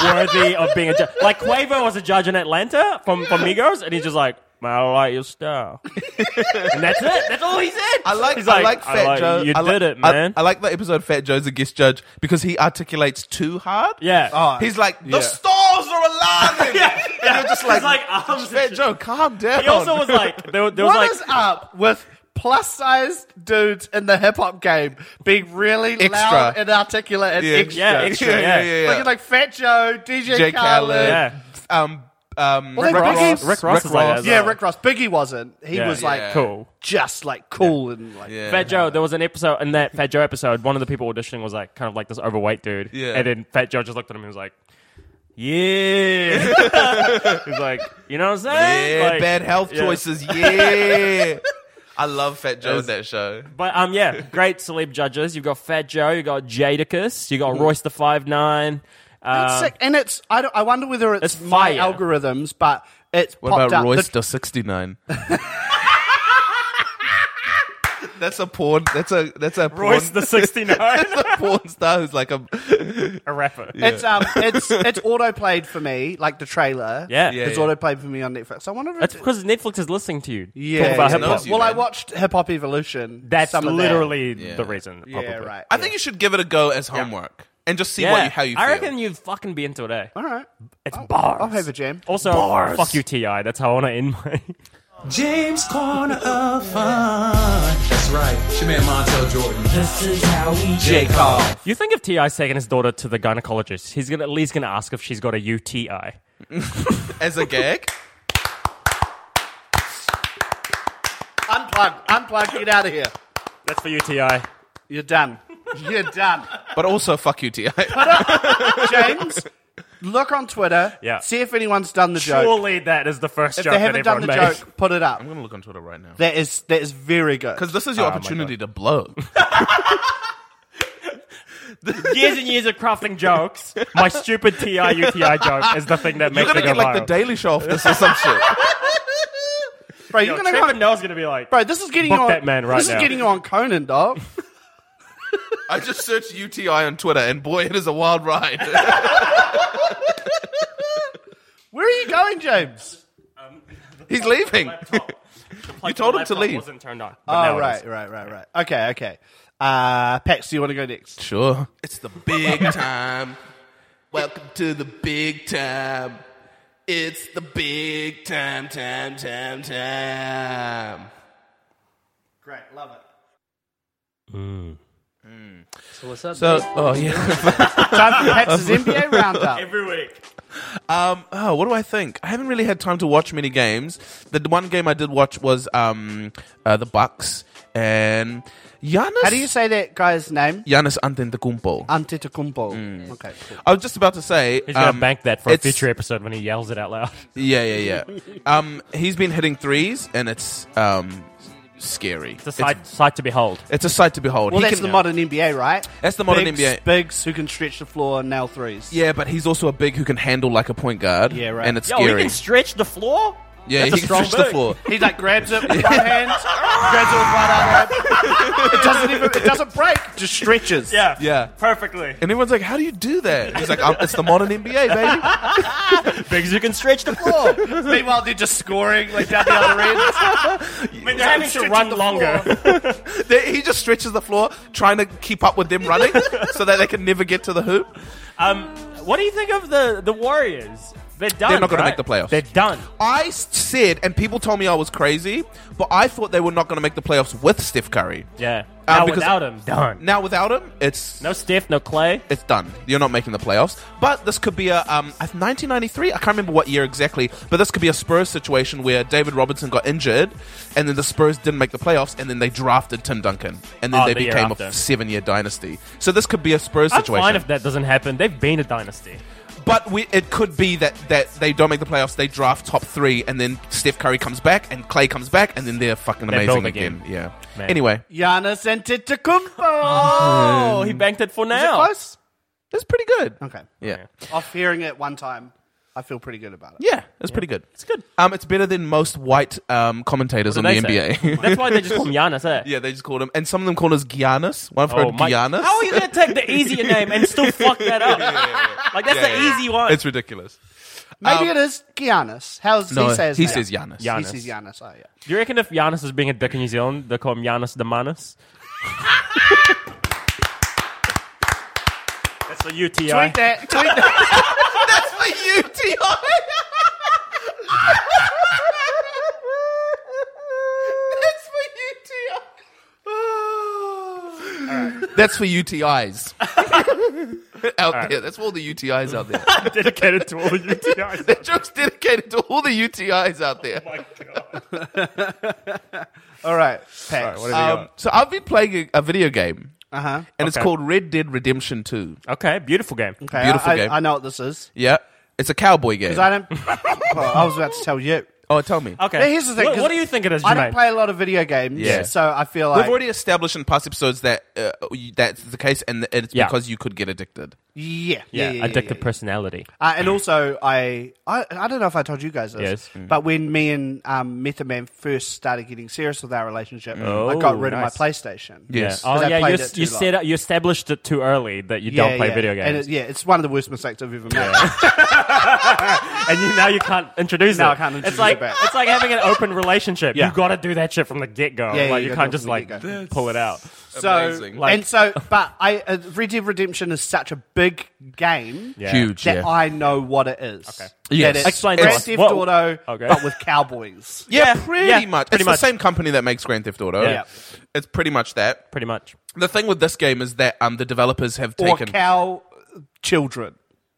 Speaker 2: worthy of being a judge. Like Quavo was a judge in Atlanta from from Migos, and he's just like. I like your
Speaker 3: <laughs>
Speaker 2: style, and that's it. That's all he said.
Speaker 3: I like,
Speaker 2: He's
Speaker 3: I like Fat Joe.
Speaker 2: You
Speaker 3: I like-
Speaker 2: did it,
Speaker 3: I-
Speaker 2: man.
Speaker 3: I, like that episode Fat Joe's a guest judge because he articulates too hard.
Speaker 2: yeah.
Speaker 3: He's like, the
Speaker 1: Yeah.
Speaker 3: stars are aligning.
Speaker 2: <laughs> <laughs> Yeah,
Speaker 3: And you're just like,
Speaker 2: He's like, arms and
Speaker 3: Fat
Speaker 2: shit.
Speaker 3: Joe, calm down.
Speaker 2: He also was like, there, there was
Speaker 1: What
Speaker 2: like,
Speaker 1: is up with plus sized dudes in the hip hop game being really
Speaker 3: Extra.
Speaker 1: loud and articulate and
Speaker 3: Yeah.
Speaker 1: extra?
Speaker 2: yeah, extra,
Speaker 3: Yeah,
Speaker 2: yeah,
Speaker 3: yeah, yeah, yeah.
Speaker 1: Looking like Fat Joe, DJ
Speaker 3: Jay
Speaker 1: Khaled.
Speaker 3: Khaled.
Speaker 2: Yeah.
Speaker 3: Um, um,
Speaker 1: Well, they Rick Ross.
Speaker 2: Rick Ross is like
Speaker 3: Rick
Speaker 2: that
Speaker 3: Ross.
Speaker 2: as
Speaker 1: Yeah,
Speaker 2: well.
Speaker 1: Rick Ross. Biggie wasn't. He
Speaker 2: Yeah.
Speaker 1: was like
Speaker 3: Yeah.
Speaker 2: cool.
Speaker 1: just like cool and like
Speaker 3: Yeah.
Speaker 2: Fat Joe, there was an episode in that Fat Joe episode. One of the people auditioning was like kind of like this overweight dude,
Speaker 3: Yeah.
Speaker 2: and then Fat Joe just looked at him and was like, "Yeah," <laughs> he's like, "You know what I'm saying?"
Speaker 3: Yeah,
Speaker 2: Like,
Speaker 3: bad health
Speaker 2: yeah. <laughs>
Speaker 3: choices. Yeah. I love Fat Joe in that show.
Speaker 2: But um, yeah, great celeb judges. You've got Fat Joe, you got Jadakiss, you got
Speaker 3: Mm-hmm.
Speaker 2: Royce the Five Nine.
Speaker 1: That's
Speaker 2: Um,
Speaker 1: sick. And it's I, don't, I wonder whether it's,
Speaker 2: It's
Speaker 1: my
Speaker 2: fire.
Speaker 1: algorithms, but it's
Speaker 3: What
Speaker 1: popped
Speaker 3: about
Speaker 1: up.
Speaker 3: Royce
Speaker 1: The-
Speaker 3: the 69? <laughs> that's a porn. That's a that's a porn,
Speaker 2: Royce the Sixty Nine,
Speaker 3: <laughs> that's a porn star who's like a
Speaker 2: <laughs> a rapper.
Speaker 1: It's um, it's it's autoplayed for me, like the trailer.
Speaker 2: Yeah.
Speaker 3: Yeah,
Speaker 1: it's
Speaker 3: yeah.
Speaker 1: autoplayed for me on Netflix. I wonder if
Speaker 2: That's
Speaker 1: it's,
Speaker 2: because Netflix is listening to you.
Speaker 1: yeah,
Speaker 2: talk about
Speaker 1: yeah.
Speaker 2: hip hop.
Speaker 3: knows you,
Speaker 1: Well, I
Speaker 3: man.
Speaker 1: watched Hip Hop Evolution.
Speaker 2: That's
Speaker 1: some of that.
Speaker 2: literally
Speaker 3: Yeah.
Speaker 2: the reason. Probably.
Speaker 1: yeah, right.
Speaker 3: I think you should give it a go as homework and just see what you, how you feel.
Speaker 2: I reckon you'd fucking be into it. Eh?
Speaker 1: All right,
Speaker 2: It's bars.
Speaker 1: I'll have a jam.
Speaker 2: Also, fuck you, Ti. That's how I want to end my. <laughs>
Speaker 4: James Corner of Fun.
Speaker 5: That's right. It's your man Montel Jordan.
Speaker 4: This is how we J Call.
Speaker 2: You think if Ti's taking his daughter to the gynecologist, he's gonna at least gonna ask if she's got a UTI.
Speaker 3: as a gag.
Speaker 1: Unplug, unplug, get out of here.
Speaker 2: That's for UTI.
Speaker 1: You're done. You're
Speaker 2: <laughs>
Speaker 1: done.
Speaker 3: But also, fuck you, Ti.
Speaker 1: James, look on Twitter.
Speaker 2: Yeah.
Speaker 1: See if anyone's done the joke.
Speaker 2: Surely that is the first
Speaker 1: if
Speaker 2: joke
Speaker 1: they
Speaker 2: that
Speaker 1: haven't done
Speaker 2: everyone
Speaker 1: the
Speaker 2: made.
Speaker 1: joke, put it up.
Speaker 3: I'm gonna look on Twitter right now
Speaker 1: That is
Speaker 2: Oh
Speaker 1: that is very good.
Speaker 3: because this is your opportunity to blow.
Speaker 2: <laughs> years and years of crafting jokes. My stupid TIUTI joke is the thing that
Speaker 3: You're
Speaker 2: makes
Speaker 3: gonna
Speaker 2: it go
Speaker 3: get like the
Speaker 2: viral.
Speaker 3: Daily Show off this or
Speaker 1: <laughs>
Speaker 3: some shit.
Speaker 1: Bro, you're
Speaker 2: Yo,
Speaker 1: gonna
Speaker 2: Trevor
Speaker 1: go-
Speaker 2: Noah's gonna be like,
Speaker 1: Bro, this is getting
Speaker 2: Book
Speaker 1: on
Speaker 2: that man right
Speaker 1: This
Speaker 2: now.
Speaker 1: is getting on Conan, dog.
Speaker 3: I just searched UTI on Twitter, and boy, it is a wild ride. <laughs>
Speaker 1: Where are you going, James?
Speaker 2: um,
Speaker 3: He's leaving.
Speaker 1: <laughs>
Speaker 2: you
Speaker 3: told him to leave.
Speaker 2: Wasn't turned on.
Speaker 1: Oh,
Speaker 2: But now it
Speaker 1: right,
Speaker 2: is.
Speaker 1: right, right, right. Okay, okay. Uh, Pax, do you want to go next?
Speaker 3: Sure. It's the big time. Welcome to the big time. It's the big time, time, time, time.
Speaker 1: Great, love it.
Speaker 3: So, oh yeah. <laughs>
Speaker 1: Time for Pax's <laughs> NBA roundup.
Speaker 2: Every week.
Speaker 3: Um, oh, what do I think? I haven't really had time to watch many games. The one game I did watch was um, uh, the Bucks and Giannis.
Speaker 1: How do you say that guy's name?
Speaker 3: Giannis Antetokounmpo?
Speaker 1: Antetokounmpo.
Speaker 3: Mm.
Speaker 1: Okay. Cool.
Speaker 3: I was just about to say
Speaker 2: He's gonna
Speaker 3: um,
Speaker 2: bank that for a
Speaker 3: it's-
Speaker 2: future episode when he yells it out loud. <laughs>
Speaker 3: Yeah, yeah, yeah. um, he's been hitting threes, and it's um, scary.
Speaker 2: It's a sight, sight to behold.
Speaker 3: It's a sight to behold.
Speaker 1: Well,
Speaker 3: He
Speaker 1: that's
Speaker 3: can-
Speaker 1: the modern NBA, right?
Speaker 3: That's the modern
Speaker 1: bigs,
Speaker 3: NBA.
Speaker 1: Bigs who can stretch the floor and nail threes.
Speaker 3: Yeah, but he's also a big who can handle like a point guard.
Speaker 1: Yeah, right.
Speaker 3: And it's
Speaker 2: Yo,
Speaker 3: scary.
Speaker 2: he can stretch the floor.
Speaker 3: yeah,
Speaker 2: That's
Speaker 3: he
Speaker 2: a
Speaker 3: can
Speaker 2: strong
Speaker 3: stretch the
Speaker 2: big.
Speaker 3: floor.
Speaker 1: He like grabs it
Speaker 3: <laughs>
Speaker 1: with one hand, grabs it with one other hand. It doesn't even it doesn't break, just stretches.
Speaker 2: Yeah,
Speaker 3: Yeah.
Speaker 2: perfectly.
Speaker 3: And everyone's like, "How do you do that?" He's like, um, "It's the modern NBA,
Speaker 1: <laughs>
Speaker 3: baby."
Speaker 2: Because you can stretch <laughs> the floor.
Speaker 1: Meanwhile, they're just scoring like down the other end.
Speaker 2: <laughs> I mean, they're having to run longer.
Speaker 3: They- he just stretches the floor, trying to keep up with them
Speaker 1: <laughs>
Speaker 3: running, so that they can never get to the hoop.
Speaker 2: Um, what do you think of the the Warriors? They're done.
Speaker 3: They're not gonna
Speaker 2: right?
Speaker 3: make the playoffs.
Speaker 2: They're done.
Speaker 3: I s- said, and people told me I was crazy, but I thought they were not going to make the playoffs with Steph Curry.
Speaker 2: Yeah.
Speaker 3: Uh,
Speaker 2: Now
Speaker 3: because-
Speaker 2: without him, done.
Speaker 3: Now without him, it's
Speaker 2: No Steph, no Clay.
Speaker 3: it's done. You're not making the playoffs. But this could be a um, 1993. I can't remember what year exactly, but this could be a Spurs situation where David Robinson got injured, and then the Spurs didn't make the playoffs, and then they drafted Tim Duncan, and then
Speaker 2: Oh,
Speaker 3: they
Speaker 2: the year
Speaker 3: became
Speaker 2: after.
Speaker 3: a seven-year dynasty. So this could be a Spurs
Speaker 2: I'm
Speaker 3: situation.
Speaker 2: fine if that doesn't happen. They've been a dynasty.
Speaker 3: But we, it could be that, that they don't make the playoffs. They draft top three, and then Steph Curry comes back, and Clay comes back, and then they're fucking
Speaker 2: They build
Speaker 3: amazing
Speaker 2: again.
Speaker 3: again. Yeah.
Speaker 2: Man.
Speaker 3: Anyway,
Speaker 1: Giannis Antetokounmpo.
Speaker 2: Oh,
Speaker 3: Um,
Speaker 2: he banked it for
Speaker 1: Is it
Speaker 2: now.
Speaker 1: close?
Speaker 3: it's pretty good.
Speaker 1: Okay.
Speaker 3: Yeah.
Speaker 1: Off hearing it one time, I feel pretty good about it.
Speaker 3: Yeah, it's pretty good. It's
Speaker 2: good.
Speaker 3: Um, it's better than most white um, commentators on the
Speaker 2: They say. <laughs>
Speaker 3: NBA.
Speaker 2: That's
Speaker 3: <laughs>
Speaker 2: why they just call him Giannis, eh?
Speaker 3: yeah, they just called him, and some of them called us Giannis. One of them
Speaker 2: Oh,
Speaker 3: called
Speaker 2: my-
Speaker 3: Giannis.
Speaker 2: How are you going to take the easier name and still fuck that
Speaker 3: <laughs>
Speaker 2: up? Like, that's the
Speaker 3: yeah.
Speaker 2: easy one.
Speaker 3: <laughs> It's ridiculous.
Speaker 1: Maybe it is Giannis. How does
Speaker 3: Um, No,
Speaker 1: he say his
Speaker 3: he
Speaker 1: name?
Speaker 3: says Giannis. <laughs>
Speaker 2: Giannis.
Speaker 1: He says Giannis. Oh, yeah.
Speaker 2: Do you reckon if Giannis is being a dick in New Zealand, they call him Giannis
Speaker 1: <laughs>
Speaker 2: the Manus? That's a UTI.
Speaker 1: Tweet that. Tweet that.
Speaker 3: <laughs> That's for you,
Speaker 2: <laughs>
Speaker 3: That's for UTI. That's for UTIs out there. That's for all the UTIs out there. <laughs>
Speaker 2: Dedicated to all the
Speaker 1: <laughs>
Speaker 2: UTIs.
Speaker 1: Oh
Speaker 3: that joke's dedicated to all the UTIs out there.
Speaker 2: Oh
Speaker 1: All right. Pax.
Speaker 3: um, so I've been playing a, a video game,
Speaker 1: uh huh.
Speaker 3: and it's called Red Dead Redemption Two.
Speaker 2: Okay, beautiful game.
Speaker 1: Okay,
Speaker 3: Beautiful
Speaker 1: I,
Speaker 3: game.
Speaker 1: I, I know what this is.
Speaker 3: Yeah, it's a cowboy game.
Speaker 1: 'Cause I don't. <laughs> Well, I was about to tell you.
Speaker 3: oh, tell me.
Speaker 2: Okay.
Speaker 1: Now, here's the thing.
Speaker 2: What,
Speaker 1: 'cause
Speaker 2: what do you think it is,
Speaker 1: I don't
Speaker 2: Jermaine?
Speaker 1: play a lot of video games,
Speaker 3: Yeah.
Speaker 1: so I feel like
Speaker 3: We've already established in past episodes that uh, you- that's the case, and that it's
Speaker 2: Yeah.
Speaker 3: because you could get addicted.
Speaker 1: yeah, yeah,
Speaker 2: yeah,
Speaker 1: yeah,
Speaker 2: addictive
Speaker 1: yeah.
Speaker 2: personality.
Speaker 1: Uh, and also, I, I I don't know if I told you guys this,
Speaker 2: Yes. Mm.
Speaker 1: but when me and um, Method Man first started getting serious with our relationship, I
Speaker 2: Oh,
Speaker 1: got rid
Speaker 2: nice.
Speaker 1: of my PlayStation.
Speaker 3: Yes.
Speaker 2: Oh,
Speaker 1: 'Cause I
Speaker 2: yeah, you,
Speaker 1: played
Speaker 2: s-
Speaker 1: it too
Speaker 2: you
Speaker 1: long.
Speaker 2: said you established it too early that you don't play
Speaker 1: yeah.
Speaker 2: video games.
Speaker 1: And it, yeah, it's one of the worst mistakes I've ever made.
Speaker 2: and you, now you can't introduce
Speaker 1: Now
Speaker 2: it.
Speaker 1: I can't introduce
Speaker 2: it's like
Speaker 1: it back.
Speaker 2: it's like having an open relationship.
Speaker 1: Yeah.
Speaker 2: You got to do that shit from the get go.
Speaker 1: Yeah, yeah,
Speaker 2: like
Speaker 1: you
Speaker 2: you,
Speaker 1: gotta
Speaker 2: can't
Speaker 1: do it
Speaker 2: just
Speaker 1: from the
Speaker 2: like pull it out.
Speaker 1: <laughs> So,
Speaker 3: Amazing.
Speaker 2: Like-
Speaker 1: and so, but I, uh, Red Dead Redemption is such a big game
Speaker 2: Yeah.
Speaker 3: Huge.
Speaker 1: that
Speaker 3: yeah.
Speaker 1: I know what it is. Okay.
Speaker 3: Yes.
Speaker 1: That it's
Speaker 2: Explain to
Speaker 1: Grand
Speaker 2: us.
Speaker 1: Theft
Speaker 2: What-
Speaker 1: Auto,
Speaker 2: Okay.
Speaker 1: but with
Speaker 3: <laughs>
Speaker 1: cowboys.
Speaker 3: yeah,
Speaker 2: Yeah,
Speaker 3: pretty
Speaker 2: yeah,
Speaker 3: much.
Speaker 2: pretty
Speaker 3: it's
Speaker 2: much.
Speaker 3: the same company that makes Grand Theft Auto.
Speaker 2: Yeah.
Speaker 3: It's pretty much that.
Speaker 2: Pretty much.
Speaker 3: The thing with this game is that um the developers have
Speaker 1: Or
Speaker 3: taken
Speaker 1: cow children.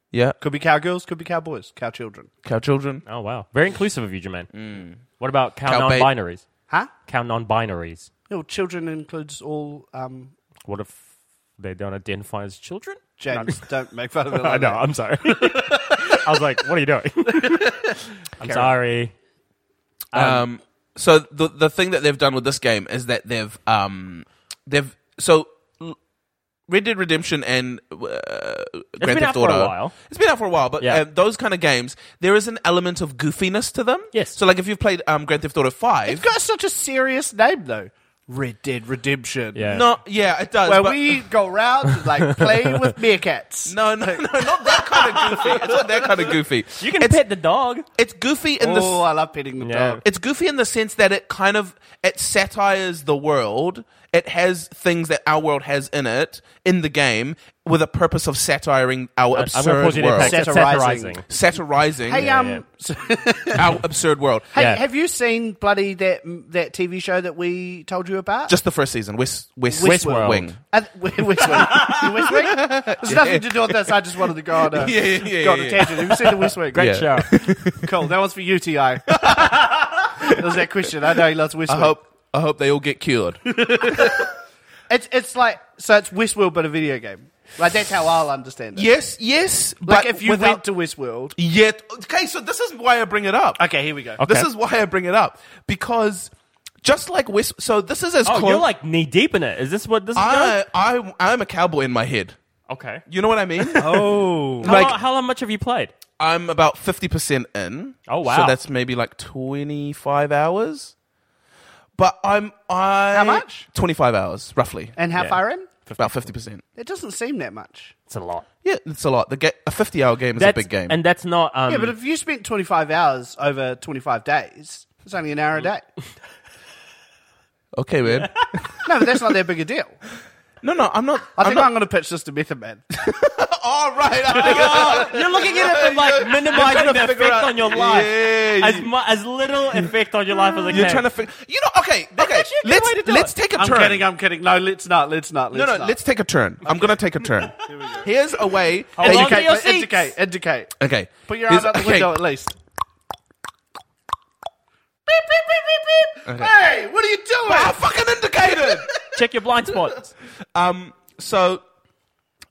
Speaker 3: yeah
Speaker 1: Could be cowgirls, could be cowboys, cow children.
Speaker 3: cow children.
Speaker 2: Oh wow, very inclusive of you, Jermaine. What about cow,
Speaker 3: Cow bait.
Speaker 2: non-binaries?
Speaker 1: Huh?
Speaker 2: Cow non-binaries.
Speaker 1: No, children includes all. Um,
Speaker 2: What if they don't identify as children?
Speaker 1: James, don't make fun of it.
Speaker 2: <laughs> I
Speaker 1: Like
Speaker 2: know.
Speaker 1: that.
Speaker 2: I'm
Speaker 3: <laughs>
Speaker 2: sorry. I was like, "What are you doing?" I'm sorry.
Speaker 3: Um, so the the thing that they've done with this game is that they've um they've so l- Red Dead Redemption and uh,
Speaker 2: been
Speaker 3: Grand
Speaker 2: out
Speaker 3: Theft
Speaker 2: for a
Speaker 3: Auto.
Speaker 2: while.
Speaker 3: It's been out for a while, but
Speaker 2: Yeah.
Speaker 3: uh, those kind of games, there is an element of goofiness to them.
Speaker 2: Yes.
Speaker 3: So, like, if you've played um, Grand Theft Auto Five,
Speaker 1: It's got such a serious name though. Red Dead Redemption.
Speaker 2: Yeah.
Speaker 3: no, yeah, it does.
Speaker 1: Where
Speaker 3: but-
Speaker 1: we go around and
Speaker 2: <laughs>
Speaker 1: like play with meerkats.
Speaker 3: no, no, no, not that kind of goofy. It's not that kind of goofy.
Speaker 2: You can
Speaker 3: it's,
Speaker 2: pet the dog.
Speaker 3: It's goofy in the.
Speaker 1: Oh, I love petting the
Speaker 2: Yeah.
Speaker 1: dog.
Speaker 3: it's goofy in the sense that it kind of it satires the world. It has things that our world has in it in the game with a purpose of satiring
Speaker 2: I'm
Speaker 3: our
Speaker 2: going to
Speaker 3: absurd
Speaker 2: pause you there.
Speaker 3: world.
Speaker 2: Pax. It's
Speaker 1: Satirizing.
Speaker 2: satirizing.
Speaker 3: satirizing
Speaker 1: Hey, um,
Speaker 3: our absurd world.
Speaker 1: hey,
Speaker 2: Yeah.
Speaker 1: have you seen bloody that that TV show that we told you about?
Speaker 3: Just the first season, West West
Speaker 2: Westworld.
Speaker 3: Wing.
Speaker 1: Uh, <laughs> which one?
Speaker 3: <laughs>
Speaker 1: The West Wing? There's nothing to do with this. I just wanted to go on a,
Speaker 3: Yeah, yeah, yeah,
Speaker 1: go on
Speaker 3: yeah.
Speaker 1: a tangent. Have you seen the West Wing? Great
Speaker 3: Yeah.
Speaker 2: Show.
Speaker 3: <laughs>
Speaker 1: Cool. That one's for UTI. that was <laughs> that question. I know he loves Westworld.
Speaker 3: I hope I hope they all get cured.
Speaker 1: It's it's like so it's Westworld but a video game. Like that's how I'll understand it.
Speaker 3: yes, yes,
Speaker 1: Like
Speaker 3: but
Speaker 1: if you
Speaker 3: without
Speaker 1: went to Westworld.
Speaker 3: yet. Okay, so this is why I bring it up.
Speaker 1: Okay, here we go.
Speaker 3: This is why I bring it up because just like West, so this is as
Speaker 2: Oh,
Speaker 3: close.
Speaker 2: you're like knee deep in it. Is this what this is
Speaker 3: I, I I'm a cowboy in my head.
Speaker 2: going? Okay.
Speaker 3: You know what I mean?
Speaker 2: <laughs> Oh. How,
Speaker 3: Like-
Speaker 2: long, how long much have you played?
Speaker 3: I'm about fifty percent in.
Speaker 2: Oh, wow.
Speaker 3: So that's maybe like twenty five hours. But I'm I
Speaker 1: How much?
Speaker 3: Twenty five hours, roughly.
Speaker 1: And how
Speaker 2: Yeah.
Speaker 1: far in?
Speaker 3: about fifty percent.
Speaker 1: It doesn't seem that much.
Speaker 2: It's a lot.
Speaker 3: Yeah, it's a lot. The ga- a fifty hour game is a big game.
Speaker 2: And that's not. Um,
Speaker 1: Yeah,
Speaker 3: Hmm.
Speaker 1: but if you spent 25 hours over 25 days, it's only an hour a day.
Speaker 3: Hmm.
Speaker 2: <laughs>
Speaker 3: okay, man.
Speaker 1: No, but that's not that big a
Speaker 3: <laughs>
Speaker 1: deal.
Speaker 3: no, no, I'm not.
Speaker 1: I
Speaker 3: I'm
Speaker 1: think
Speaker 3: not.
Speaker 1: I'm going to pitch this to Method
Speaker 3: <laughs>
Speaker 1: Man.
Speaker 3: All right. I think I-
Speaker 2: Oh, <laughs> you're looking at
Speaker 3: <laughs>
Speaker 2: it from like minimizing the
Speaker 3: figure
Speaker 2: effect
Speaker 3: out-
Speaker 2: on your life.
Speaker 3: Yeah,
Speaker 2: as,
Speaker 3: you-
Speaker 2: mu- as little effect on your life as it
Speaker 3: You're
Speaker 2: can.
Speaker 3: trying to figure. You know, okay, okay.
Speaker 2: actually a good way to
Speaker 3: Let's
Speaker 2: do
Speaker 3: let's
Speaker 2: it.
Speaker 3: take a
Speaker 1: I'm
Speaker 3: turn.
Speaker 1: kidding, I'm kidding. No, let's not, let's not,
Speaker 3: no,
Speaker 1: let's
Speaker 3: no.
Speaker 1: not.
Speaker 3: Let's take a turn. I'm gonna take a turn. Here's a way.
Speaker 2: Hold on
Speaker 3: that
Speaker 2: to
Speaker 3: you
Speaker 2: your
Speaker 1: But
Speaker 2: seats.
Speaker 1: indicate, indicate.
Speaker 3: can- okay.
Speaker 1: Put your
Speaker 3: Here's-
Speaker 1: eyes out the
Speaker 3: okay,
Speaker 1: window at least. Beep, beep, beep, beep, beep. Hey, what are you doing?
Speaker 3: I fucking
Speaker 1: <laughs>
Speaker 3: indicated.
Speaker 2: Check your blind <laughs> spots.
Speaker 3: so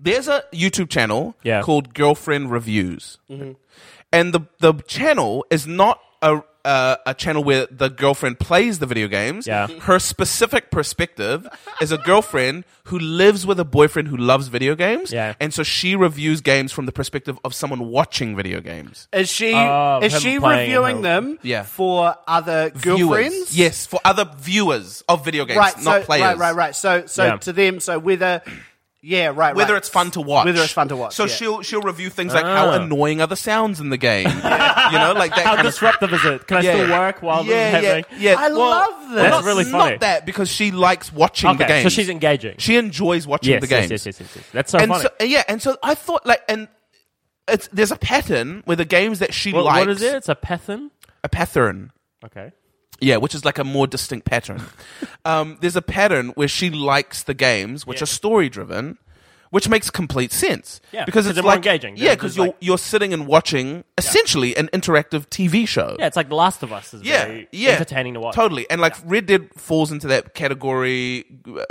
Speaker 3: there's a YouTube channel
Speaker 2: Yeah.
Speaker 3: called Girlfriend Reviews,
Speaker 1: Mm-hmm.
Speaker 3: and the the channel is not a uh, a channel where the girlfriend plays the video games.
Speaker 2: Yeah.
Speaker 3: Her specific perspective is a girlfriend who lives with a boyfriend who loves video games.
Speaker 2: Yeah.
Speaker 3: And so she reviews games from the perspective of someone watching video games.
Speaker 1: Is she
Speaker 2: Oh,
Speaker 1: is
Speaker 2: him
Speaker 1: she
Speaker 2: playing
Speaker 1: reviewing
Speaker 2: her-
Speaker 1: them
Speaker 3: Yeah.
Speaker 1: for other girlfriends?
Speaker 3: Viewers. Yes, for other viewers of video games,
Speaker 1: right,
Speaker 3: not
Speaker 1: so,
Speaker 3: players.
Speaker 1: Right, right, right. So, so
Speaker 2: Yeah.
Speaker 1: to them, so whether, yeah, right,
Speaker 3: whether
Speaker 1: right.
Speaker 3: it's fun to watch.
Speaker 1: whether it's fun to watch.
Speaker 3: So
Speaker 1: yeah.
Speaker 3: she'll she'll review things like how annoying are the sounds in
Speaker 1: <laughs>
Speaker 3: the game, you know, like that.
Speaker 2: Ah. How
Speaker 3: kind of-
Speaker 2: disruptive is it? Can I still work while this
Speaker 3: yeah,
Speaker 2: is happening?
Speaker 3: Yeah, yeah.
Speaker 1: I love this.
Speaker 2: That's
Speaker 3: not,
Speaker 2: really funny.
Speaker 3: Not that because she likes watching the
Speaker 2: Okay,
Speaker 3: game.
Speaker 2: so she's engaging.
Speaker 3: She enjoys watching
Speaker 2: yes,
Speaker 3: the game.
Speaker 2: yes, yes, yes, yes, yes. That's so
Speaker 3: and
Speaker 2: funny.
Speaker 3: so yeah, and so I thought like and. It's, there's a pattern where the games that she
Speaker 2: What-
Speaker 3: likes
Speaker 2: what is it? It's a Pethin?
Speaker 3: a pattern
Speaker 2: Okay.
Speaker 3: yeah, which is like a more
Speaker 2: <laughs>
Speaker 3: distinct pattern. um, there's a pattern where she likes the games, which are story driven, which makes complete sense.
Speaker 2: Yeah,
Speaker 3: because
Speaker 2: 'cause
Speaker 3: it's
Speaker 2: they're more
Speaker 3: like
Speaker 2: engaging.
Speaker 3: Yeah,
Speaker 2: They're
Speaker 3: because
Speaker 2: just
Speaker 3: you're
Speaker 2: like-
Speaker 3: you're sitting and watching essentially an interactive TV show.
Speaker 2: Yeah, it's like The Last of Us is
Speaker 3: Yeah,
Speaker 2: very
Speaker 3: yeah,
Speaker 2: entertaining to watch.
Speaker 3: Totally, and like Red Dead falls into that category.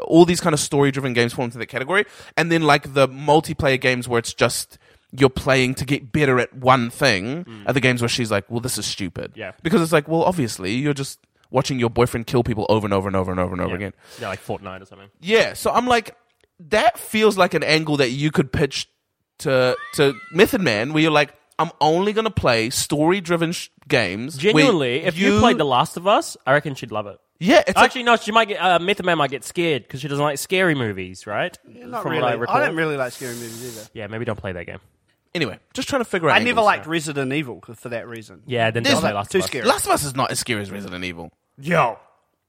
Speaker 3: All these kind of story-driven games fall into that category, and then like the multiplayer games where it's just you're playing to get better at one thing are the games where she's like, "Well, this is stupid."
Speaker 2: Mm. Yeah.
Speaker 3: because it's like, well, obviously you're just watching your boyfriend kill people over and over and over and over and over
Speaker 2: Yeah.
Speaker 3: again.
Speaker 2: Yeah, like Fortnite or something.
Speaker 3: Yeah, so I'm like, that feels like an angle that you could pitch to to Method Man, where you're like. I'm only gonna play story-driven sh- games. where
Speaker 2: Genuinely, if you, played The Last of Us, I reckon she'd love it.
Speaker 3: yeah, it's like-
Speaker 2: Actually, no, she might get, uh, Method Man might get scared because she doesn't like scary movies, right?
Speaker 1: Not
Speaker 2: From
Speaker 1: really.
Speaker 2: what I
Speaker 1: I,
Speaker 2: recall.
Speaker 1: don't really like scary movies either.
Speaker 2: Yeah, maybe don't play that game.
Speaker 3: Anyway, just trying to figure out.
Speaker 1: I never
Speaker 3: angles.
Speaker 1: liked Resident Evil for that reason.
Speaker 2: Yeah, then don't
Speaker 3: There's
Speaker 2: play
Speaker 3: like
Speaker 2: Last
Speaker 1: too
Speaker 2: of Us.
Speaker 1: scary.
Speaker 3: Last of Us is not as scary as Resident Evil.
Speaker 1: Yo.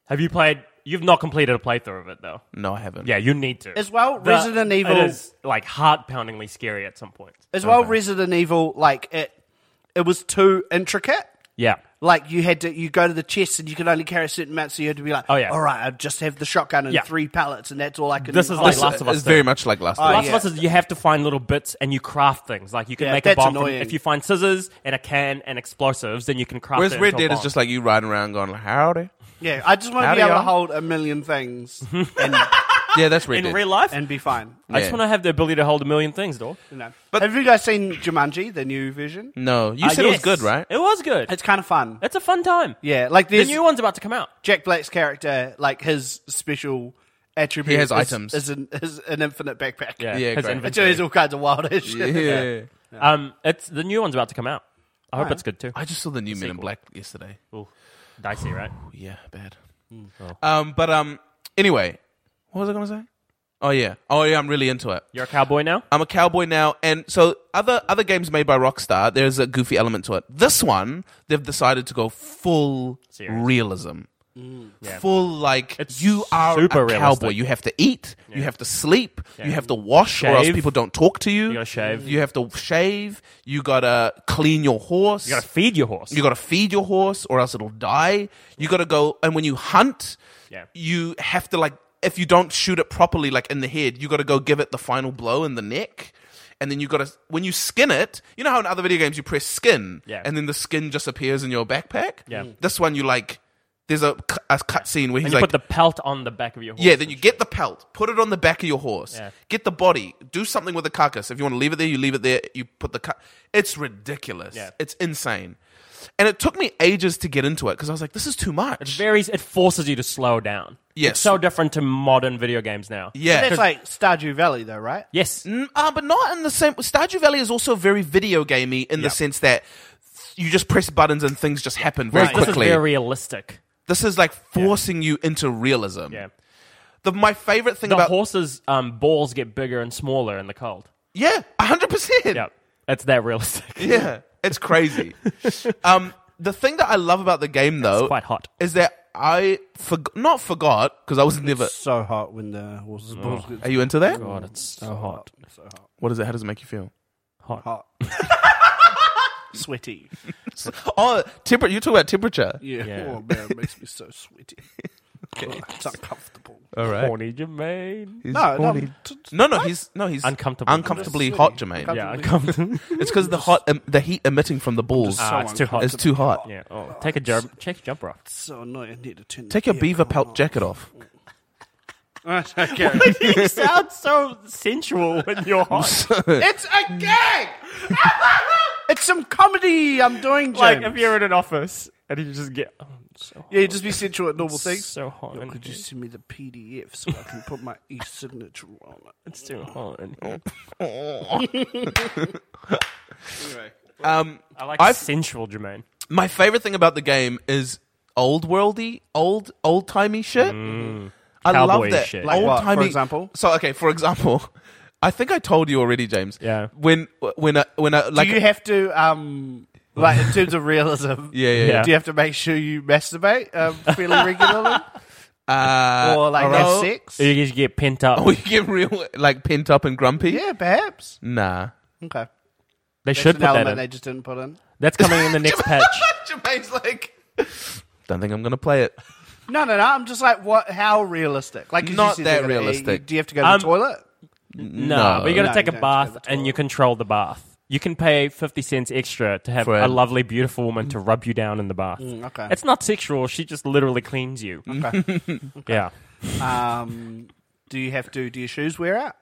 Speaker 2: Have you played? You've not completed a playthrough of it though.
Speaker 3: No, I haven't.
Speaker 2: Yeah, you need to.
Speaker 1: As well,
Speaker 2: The-
Speaker 1: Resident Evil-
Speaker 2: it is like heart poundingly scary at some point.
Speaker 1: As well, Resident Evil, like it, it was too intricate.
Speaker 2: Yeah,
Speaker 1: Like you had to, you go to the chest and you could only carry a certain amount, so you had to be like,
Speaker 2: Oh, yeah.
Speaker 1: all right, I just have the shotgun and
Speaker 2: Yeah.
Speaker 1: three pellets, and that's all I can.
Speaker 2: This is
Speaker 1: hold."
Speaker 2: like Last of Us
Speaker 3: It's
Speaker 2: too.
Speaker 3: very much like Last of
Speaker 2: Last
Speaker 3: Us.
Speaker 2: of Us is you have to find little bits and you craft things. Like you can
Speaker 1: Yeah,
Speaker 2: make a
Speaker 1: that's
Speaker 2: bomb from,
Speaker 1: annoying.
Speaker 2: if you find scissors and a can and explosives, then you can craft.
Speaker 3: Whereas
Speaker 2: it
Speaker 3: Red
Speaker 2: into a
Speaker 3: Dead is
Speaker 2: bomb.
Speaker 3: just like you riding around
Speaker 2: <laughs>
Speaker 3: going, howdy.
Speaker 1: Yeah, I just want to
Speaker 3: Howdy,
Speaker 1: be able
Speaker 3: y'all.
Speaker 1: to hold a million
Speaker 3: <laughs>
Speaker 1: things and,
Speaker 3: Yeah, that's Red
Speaker 2: in
Speaker 3: Dead.
Speaker 2: real life.
Speaker 1: and be fine.
Speaker 2: I just
Speaker 3: Yeah.
Speaker 2: want to have the ability to hold a million things, though.
Speaker 1: You know.
Speaker 3: But-
Speaker 1: have you guys seen Jumanji, the new version?
Speaker 3: no, you
Speaker 2: Uh,
Speaker 3: said
Speaker 2: yes.
Speaker 3: it was good, right?
Speaker 2: It was good.
Speaker 1: It's kind of fun.
Speaker 2: It's a fun time.
Speaker 1: Yeah, like
Speaker 2: The
Speaker 1: there's
Speaker 2: new one's about to come out.
Speaker 1: Jack Black's character, like his special attribute.
Speaker 3: He has
Speaker 1: is-
Speaker 3: items.
Speaker 1: Is an, is an infinite backpack.
Speaker 2: Yeah,
Speaker 3: Yeah,
Speaker 2: his
Speaker 3: great.
Speaker 1: It
Speaker 2: inventory.
Speaker 1: does all kinds of wild ass shit.
Speaker 3: Yeah.
Speaker 2: Um, it's the new one's about to come out. I hope it's good too.
Speaker 3: I just saw the new Men in
Speaker 2: sequel.
Speaker 3: Black yesterday. Oh,
Speaker 2: Ooh, dicey, right?
Speaker 3: Yeah, bad.
Speaker 2: Hmm.
Speaker 3: Um, but um, anyway, what was I gonna say? Oh yeah, oh yeah, I'm really into it.
Speaker 2: You're a cowboy now.
Speaker 3: I'm a cowboy now, and so other other games made by Rockstar, there's a goofy element to it. This one, they've decided to go full
Speaker 2: Serious. Mm.
Speaker 3: realism, full like
Speaker 2: It's
Speaker 3: you are a
Speaker 2: super
Speaker 3: cowboy.
Speaker 2: realistic.
Speaker 3: You have to eat, you have to sleep, you have to wash, or else
Speaker 2: Shave.
Speaker 3: people don't talk to you.
Speaker 2: You gotta shave.
Speaker 3: You have to shave. You gotta clean your horse.
Speaker 2: You gotta feed your horse.
Speaker 3: You got to feed your horse, or else it'll die. You got to go, and when you hunt,
Speaker 2: Yeah.
Speaker 3: you have to like if you don't shoot it properly, like in the head, you got to go give it the final blow in the neck, and then you got to when you skin it. You know how in other video games you press skin,
Speaker 2: Yeah.
Speaker 3: and then the skin just appears in your backpack.
Speaker 2: Yeah.
Speaker 3: this one you like. There's a, cu- a cut scene where
Speaker 2: and
Speaker 3: he's
Speaker 2: you put
Speaker 3: like,
Speaker 2: the pelt on the back of your horse.
Speaker 3: yeah, then you get the pelt, put it on the back of your horse,
Speaker 2: Yeah.
Speaker 3: get the body, do something with the carcass. If you want to leave it there, you leave it there. You put the car- it's ridiculous.
Speaker 2: Yeah.
Speaker 3: It's insane, and it took me ages to get into it because I was like, this is too much.
Speaker 2: It varies. It forces you to slow down.
Speaker 3: Yes.
Speaker 2: it's so different to modern video games now.
Speaker 3: yeah,
Speaker 1: That's like Stardew Valley, though, right?
Speaker 2: Yes,
Speaker 3: Mm, uh, but not in the same. Stardew Valley is also very video gamey in the
Speaker 2: Yep.
Speaker 3: sense that you just press buttons and things just happen very
Speaker 2: Whereas this is
Speaker 3: quickly.
Speaker 2: very realistic.
Speaker 3: This is like forcing you into realism.
Speaker 2: Yeah,
Speaker 3: The, my favorite thing
Speaker 2: the
Speaker 3: about
Speaker 2: horse's um, balls get bigger and smaller in the cold.
Speaker 3: yeah, hundred percent.
Speaker 2: Yeah, it's that realistic.
Speaker 3: Yeah,
Speaker 2: <laughs>
Speaker 3: it's crazy. um, the thing that I love about the game, though,
Speaker 2: quite hot.
Speaker 3: is that I forg- not forgot because I was never.
Speaker 1: So hot when the horses. balls get-
Speaker 3: Are you into that?
Speaker 2: Oh God, it's so hot.
Speaker 1: So hot.
Speaker 3: What is it? How does it make you feel?
Speaker 1: Hot. <laughs> Sweaty.
Speaker 3: Oh, temper- you talk about temperature.
Speaker 1: Yeah.
Speaker 2: Yeah.
Speaker 1: Oh, man, it makes me so sweaty. Oh, it's uncomfortable.
Speaker 3: All
Speaker 2: Horny Jermaine.
Speaker 1: no, no. t- t-
Speaker 3: No, no, he's no, he's
Speaker 2: Uncomfortable.
Speaker 3: uncomfortably
Speaker 1: Just
Speaker 3: hot,
Speaker 1: sweaty.
Speaker 3: Jermaine.
Speaker 2: Yeah,
Speaker 3: <laughs>
Speaker 2: uncomfortable.
Speaker 3: It's because the hot, um, the heat emitting from the balls
Speaker 1: so
Speaker 2: Ah, it's too hot.
Speaker 3: is too hot.
Speaker 2: yeah. Oh, take a jump. Take a
Speaker 3: <laughs>
Speaker 2: jumper off.
Speaker 1: So annoying. I need to turn the
Speaker 3: Take your
Speaker 1: air
Speaker 3: beaver
Speaker 1: con
Speaker 3: pelt
Speaker 1: on. <laughs>
Speaker 3: jacket off.
Speaker 1: Right, okay.
Speaker 2: <laughs> you sound so sensual when you're
Speaker 3: <laughs>
Speaker 2: hot.
Speaker 1: it's a gag. it's some comedy I'm doing. James.
Speaker 2: like if you're in an office and you just get oh, I'm so hot.
Speaker 1: yeah, you just be sensual at normal things.
Speaker 2: so hot.
Speaker 1: Yo,
Speaker 2: in
Speaker 1: could you
Speaker 2: here.
Speaker 1: send me the PDF so I can put my <laughs> e-signature on it?
Speaker 2: It's too hot. in here.
Speaker 3: Um,
Speaker 2: I like
Speaker 3: I've-
Speaker 2: sensual Jermaine.
Speaker 3: my favorite thing about the game is old worldy, old old timey shit. I
Speaker 2: Mm. Cowboy
Speaker 3: love that
Speaker 2: shit.
Speaker 1: Like what,
Speaker 3: Old-timey-
Speaker 1: for example?
Speaker 3: So okay, for example, <laughs> I think I told you already, James.
Speaker 2: Yeah.
Speaker 3: When when I, when I, like
Speaker 1: do you have to, um, like in terms of realism?
Speaker 3: yeah yeah, yeah.
Speaker 1: Do you have to make sure you masturbate um, fairly regularly,
Speaker 3: Uh,
Speaker 1: or like
Speaker 3: alright.
Speaker 1: have sex?
Speaker 2: You just get pent up.
Speaker 3: <laughs> we get real like pent up and grumpy.
Speaker 1: Yeah, perhaps.
Speaker 3: Nah.
Speaker 1: Okay,
Speaker 2: they
Speaker 1: That's
Speaker 2: should
Speaker 1: an
Speaker 2: put that
Speaker 1: element
Speaker 2: in.
Speaker 1: they just didn't put in.
Speaker 2: That's coming in the
Speaker 3: <laughs>
Speaker 2: next patch.
Speaker 3: Jermaine's like, don't think I'm gonna play
Speaker 2: <laughs>
Speaker 3: it.
Speaker 1: No, no, no. I'm just like, what? How realistic? Like, 'cause you
Speaker 3: Not
Speaker 1: said
Speaker 3: that
Speaker 1: they're gonna-
Speaker 3: realistic.
Speaker 1: do you have to go to
Speaker 2: Um,
Speaker 1: the toilet?
Speaker 2: No, but you got to
Speaker 1: No,
Speaker 2: take
Speaker 1: you
Speaker 2: a
Speaker 1: don't have to
Speaker 2: bath
Speaker 1: go to the
Speaker 2: and you control the bath. You can pay fifty cents extra to have
Speaker 3: For
Speaker 2: a
Speaker 3: an- Mm.
Speaker 2: lovely, beautiful woman to rub you down in the bath.
Speaker 1: okay.
Speaker 2: It's not sexual. She just literally cleans you. <laughs> Yeah.
Speaker 1: Um, do you have to? Do your shoes wear out?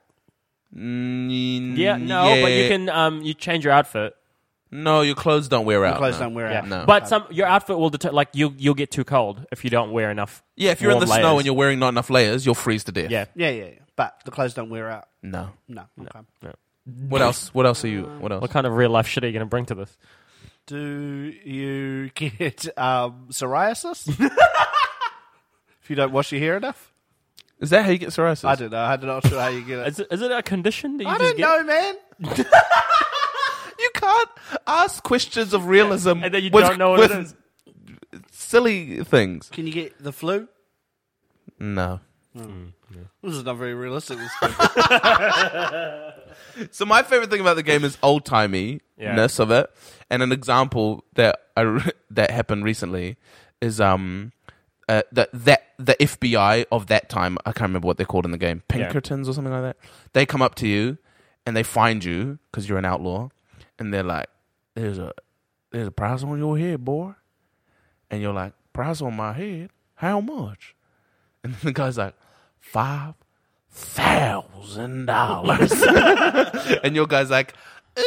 Speaker 3: Mm,
Speaker 2: Yeah. No, but you
Speaker 3: yeah.
Speaker 2: can um you change your outfit.
Speaker 3: No, your clothes don't wear out.
Speaker 1: Clothes
Speaker 3: no.
Speaker 1: don't wear
Speaker 2: Oh, Yeah.
Speaker 1: out.
Speaker 3: No.
Speaker 2: But some your outfit will deter like you will you'll get too cold if you don't wear enough.
Speaker 3: Yeah, if you're in
Speaker 2: warm
Speaker 3: the snow
Speaker 2: layers.
Speaker 3: and you're wearing not enough layers, you'll freeze to death.
Speaker 2: Yeah.
Speaker 1: Yeah, yeah, yeah. But the clothes don't wear out.
Speaker 3: No.
Speaker 1: No. Okay.
Speaker 3: What else? What else are you? What else?
Speaker 2: What kind of real life shit are you going to bring to this?
Speaker 1: Do you get um,
Speaker 2: <laughs>
Speaker 1: psoriasis if you don't wash your hair enough?
Speaker 3: Is that how you get psoriasis?
Speaker 1: I don't know. I'm not sure how you get it.
Speaker 2: Is it, is it a condition that you
Speaker 1: I
Speaker 2: just
Speaker 1: don't
Speaker 2: get?
Speaker 1: know, man.
Speaker 3: You can't ask questions of realism
Speaker 2: And then you
Speaker 3: with,
Speaker 2: don't know what it
Speaker 3: with
Speaker 2: is.
Speaker 3: silly things.
Speaker 1: Can you get the flu?
Speaker 3: No.
Speaker 1: This is not very realistic. This
Speaker 2: <laughs>
Speaker 3: So my favorite thing about the game is old timey ness of it, and an example that I re- <laughs> that happened recently is um uh, that that the FBI of that time I can't remember what they're called in the game Pinkertons or something like that. They come up to you and they find you because you're an outlaw, and they're like, "There's a there's a price on your head, boy," and you're like, "Price on my head? How much?" And then the guy's like, five thousand dollars. <laughs> and your guy's like,
Speaker 1: <laughs>
Speaker 3: "Ooh,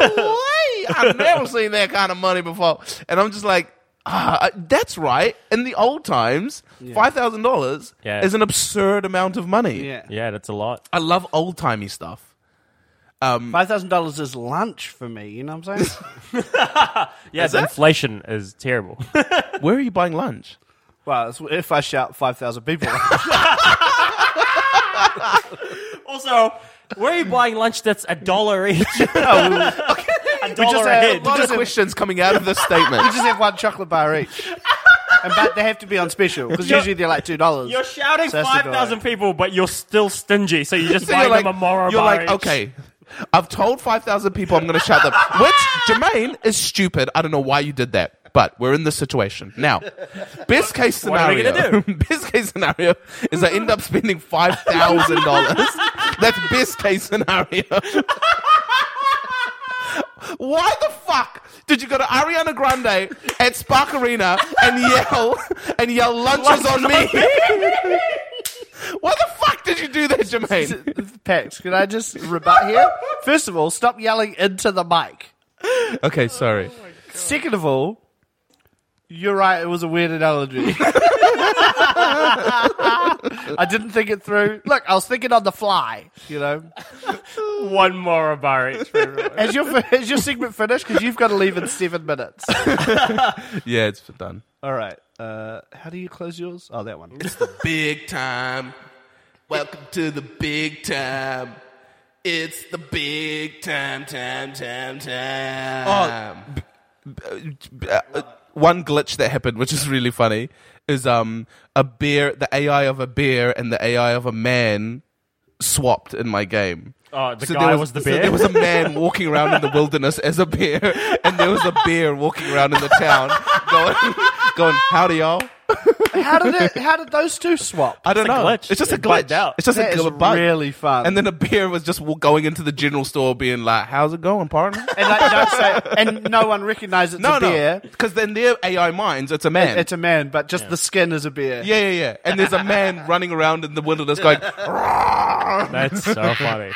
Speaker 3: wait, I've never seen that kind of money before. And I'm just like, ah, that's right. In the old times, five thousand dollars
Speaker 2: Yeah.
Speaker 3: is an absurd amount of money.
Speaker 1: Yeah.
Speaker 2: Yeah, that's a lot.
Speaker 3: I love old timey stuff.
Speaker 1: Five thousand dollars is lunch for me. You know what I'm saying?
Speaker 2: Yeah, the inflation is terrible.
Speaker 3: Where are you buying lunch?
Speaker 1: well, it's if I shout five thousand people, <laughs>
Speaker 2: <laughs> also, where are you buying lunch that's a dollar <laughs> each? A
Speaker 1: we
Speaker 2: dollar
Speaker 1: just
Speaker 2: a
Speaker 1: had
Speaker 2: head.
Speaker 1: we
Speaker 3: A lot of
Speaker 1: just have-
Speaker 3: questions coming out of this
Speaker 1: <laughs>
Speaker 3: statement.
Speaker 1: we just have one chocolate bar each, and but they have to be on special because
Speaker 2: You're-
Speaker 1: usually they're like two dollars.
Speaker 2: You're shouting
Speaker 1: So that's the <laughs>
Speaker 2: 5,000 people, but you're still stingy, so <laughs> you just
Speaker 3: So
Speaker 2: buy
Speaker 3: you're like,
Speaker 2: them a Morrow
Speaker 3: you're
Speaker 2: bar
Speaker 3: like,
Speaker 2: each.
Speaker 3: okay, I've told 5,000 people I'm going to shout them. Which, Jermaine, is stupid. I don't know why you did that, but we're in this situation. Now, best case
Speaker 2: What are we
Speaker 3: scenario.
Speaker 2: gonna
Speaker 3: <laughs> best case scenario is I end up spending $5,000. That's best case scenario. Why the fuck did you go to Ariana Grande at Spark Arena and yell and yell lunches on me? Why the fuck did you do that, Jermaine?
Speaker 2: <laughs>
Speaker 1: Pax, can I just rebut here? First of all, stop yelling into the mic.
Speaker 3: Okay, sorry.
Speaker 1: Second of all, you're right. It was a weird analogy. <laughs> I didn't think it through. Look, I was thinking on the fly. You know,
Speaker 2: <laughs> One Morrow bar each for everyone.
Speaker 1: has your has your segment finished? Because you've got to leave in seven minutes.
Speaker 3: Yeah, it's done.
Speaker 1: All right. Uh, how do you close yours? Oh, that one.
Speaker 3: Big time. Welcome to the big time. It's the big time, time, time, time. Oh, b- b- uh, uh, one glitch that happened, which is really funny, is um a bear, the AI of a bear and the AI of a man swapped in my game.
Speaker 2: Oh, <laughs> the
Speaker 3: there
Speaker 2: guy was the
Speaker 3: so
Speaker 2: bear?
Speaker 3: there was a man walking
Speaker 2: <laughs>
Speaker 3: around in the wilderness as a bear, and there was a bear walking around in the town, going, <laughs> going, "Howdy, y'all."
Speaker 1: How did it, how did those two swap?
Speaker 3: I don't know.
Speaker 2: glitch.
Speaker 3: It's just a
Speaker 2: It bugged
Speaker 3: glitch.
Speaker 2: out.
Speaker 3: It's just
Speaker 1: That
Speaker 3: a
Speaker 1: is
Speaker 3: glitch. bug.
Speaker 1: really fun.
Speaker 3: And then a beer was just w- going into the general store, being like, "How's it going, partner?"
Speaker 1: And, like, don't say, and no one recognizes it's
Speaker 3: no,
Speaker 1: a
Speaker 3: no,
Speaker 1: beer.
Speaker 3: because then their AI minds, it's a man.
Speaker 1: It's a man, but just the skin is a beer.
Speaker 3: yeah, yeah, yeah. And there's
Speaker 1: <laughs>
Speaker 3: a man running around in the wilderness going, "Rawr."
Speaker 2: That's so <laughs> funny.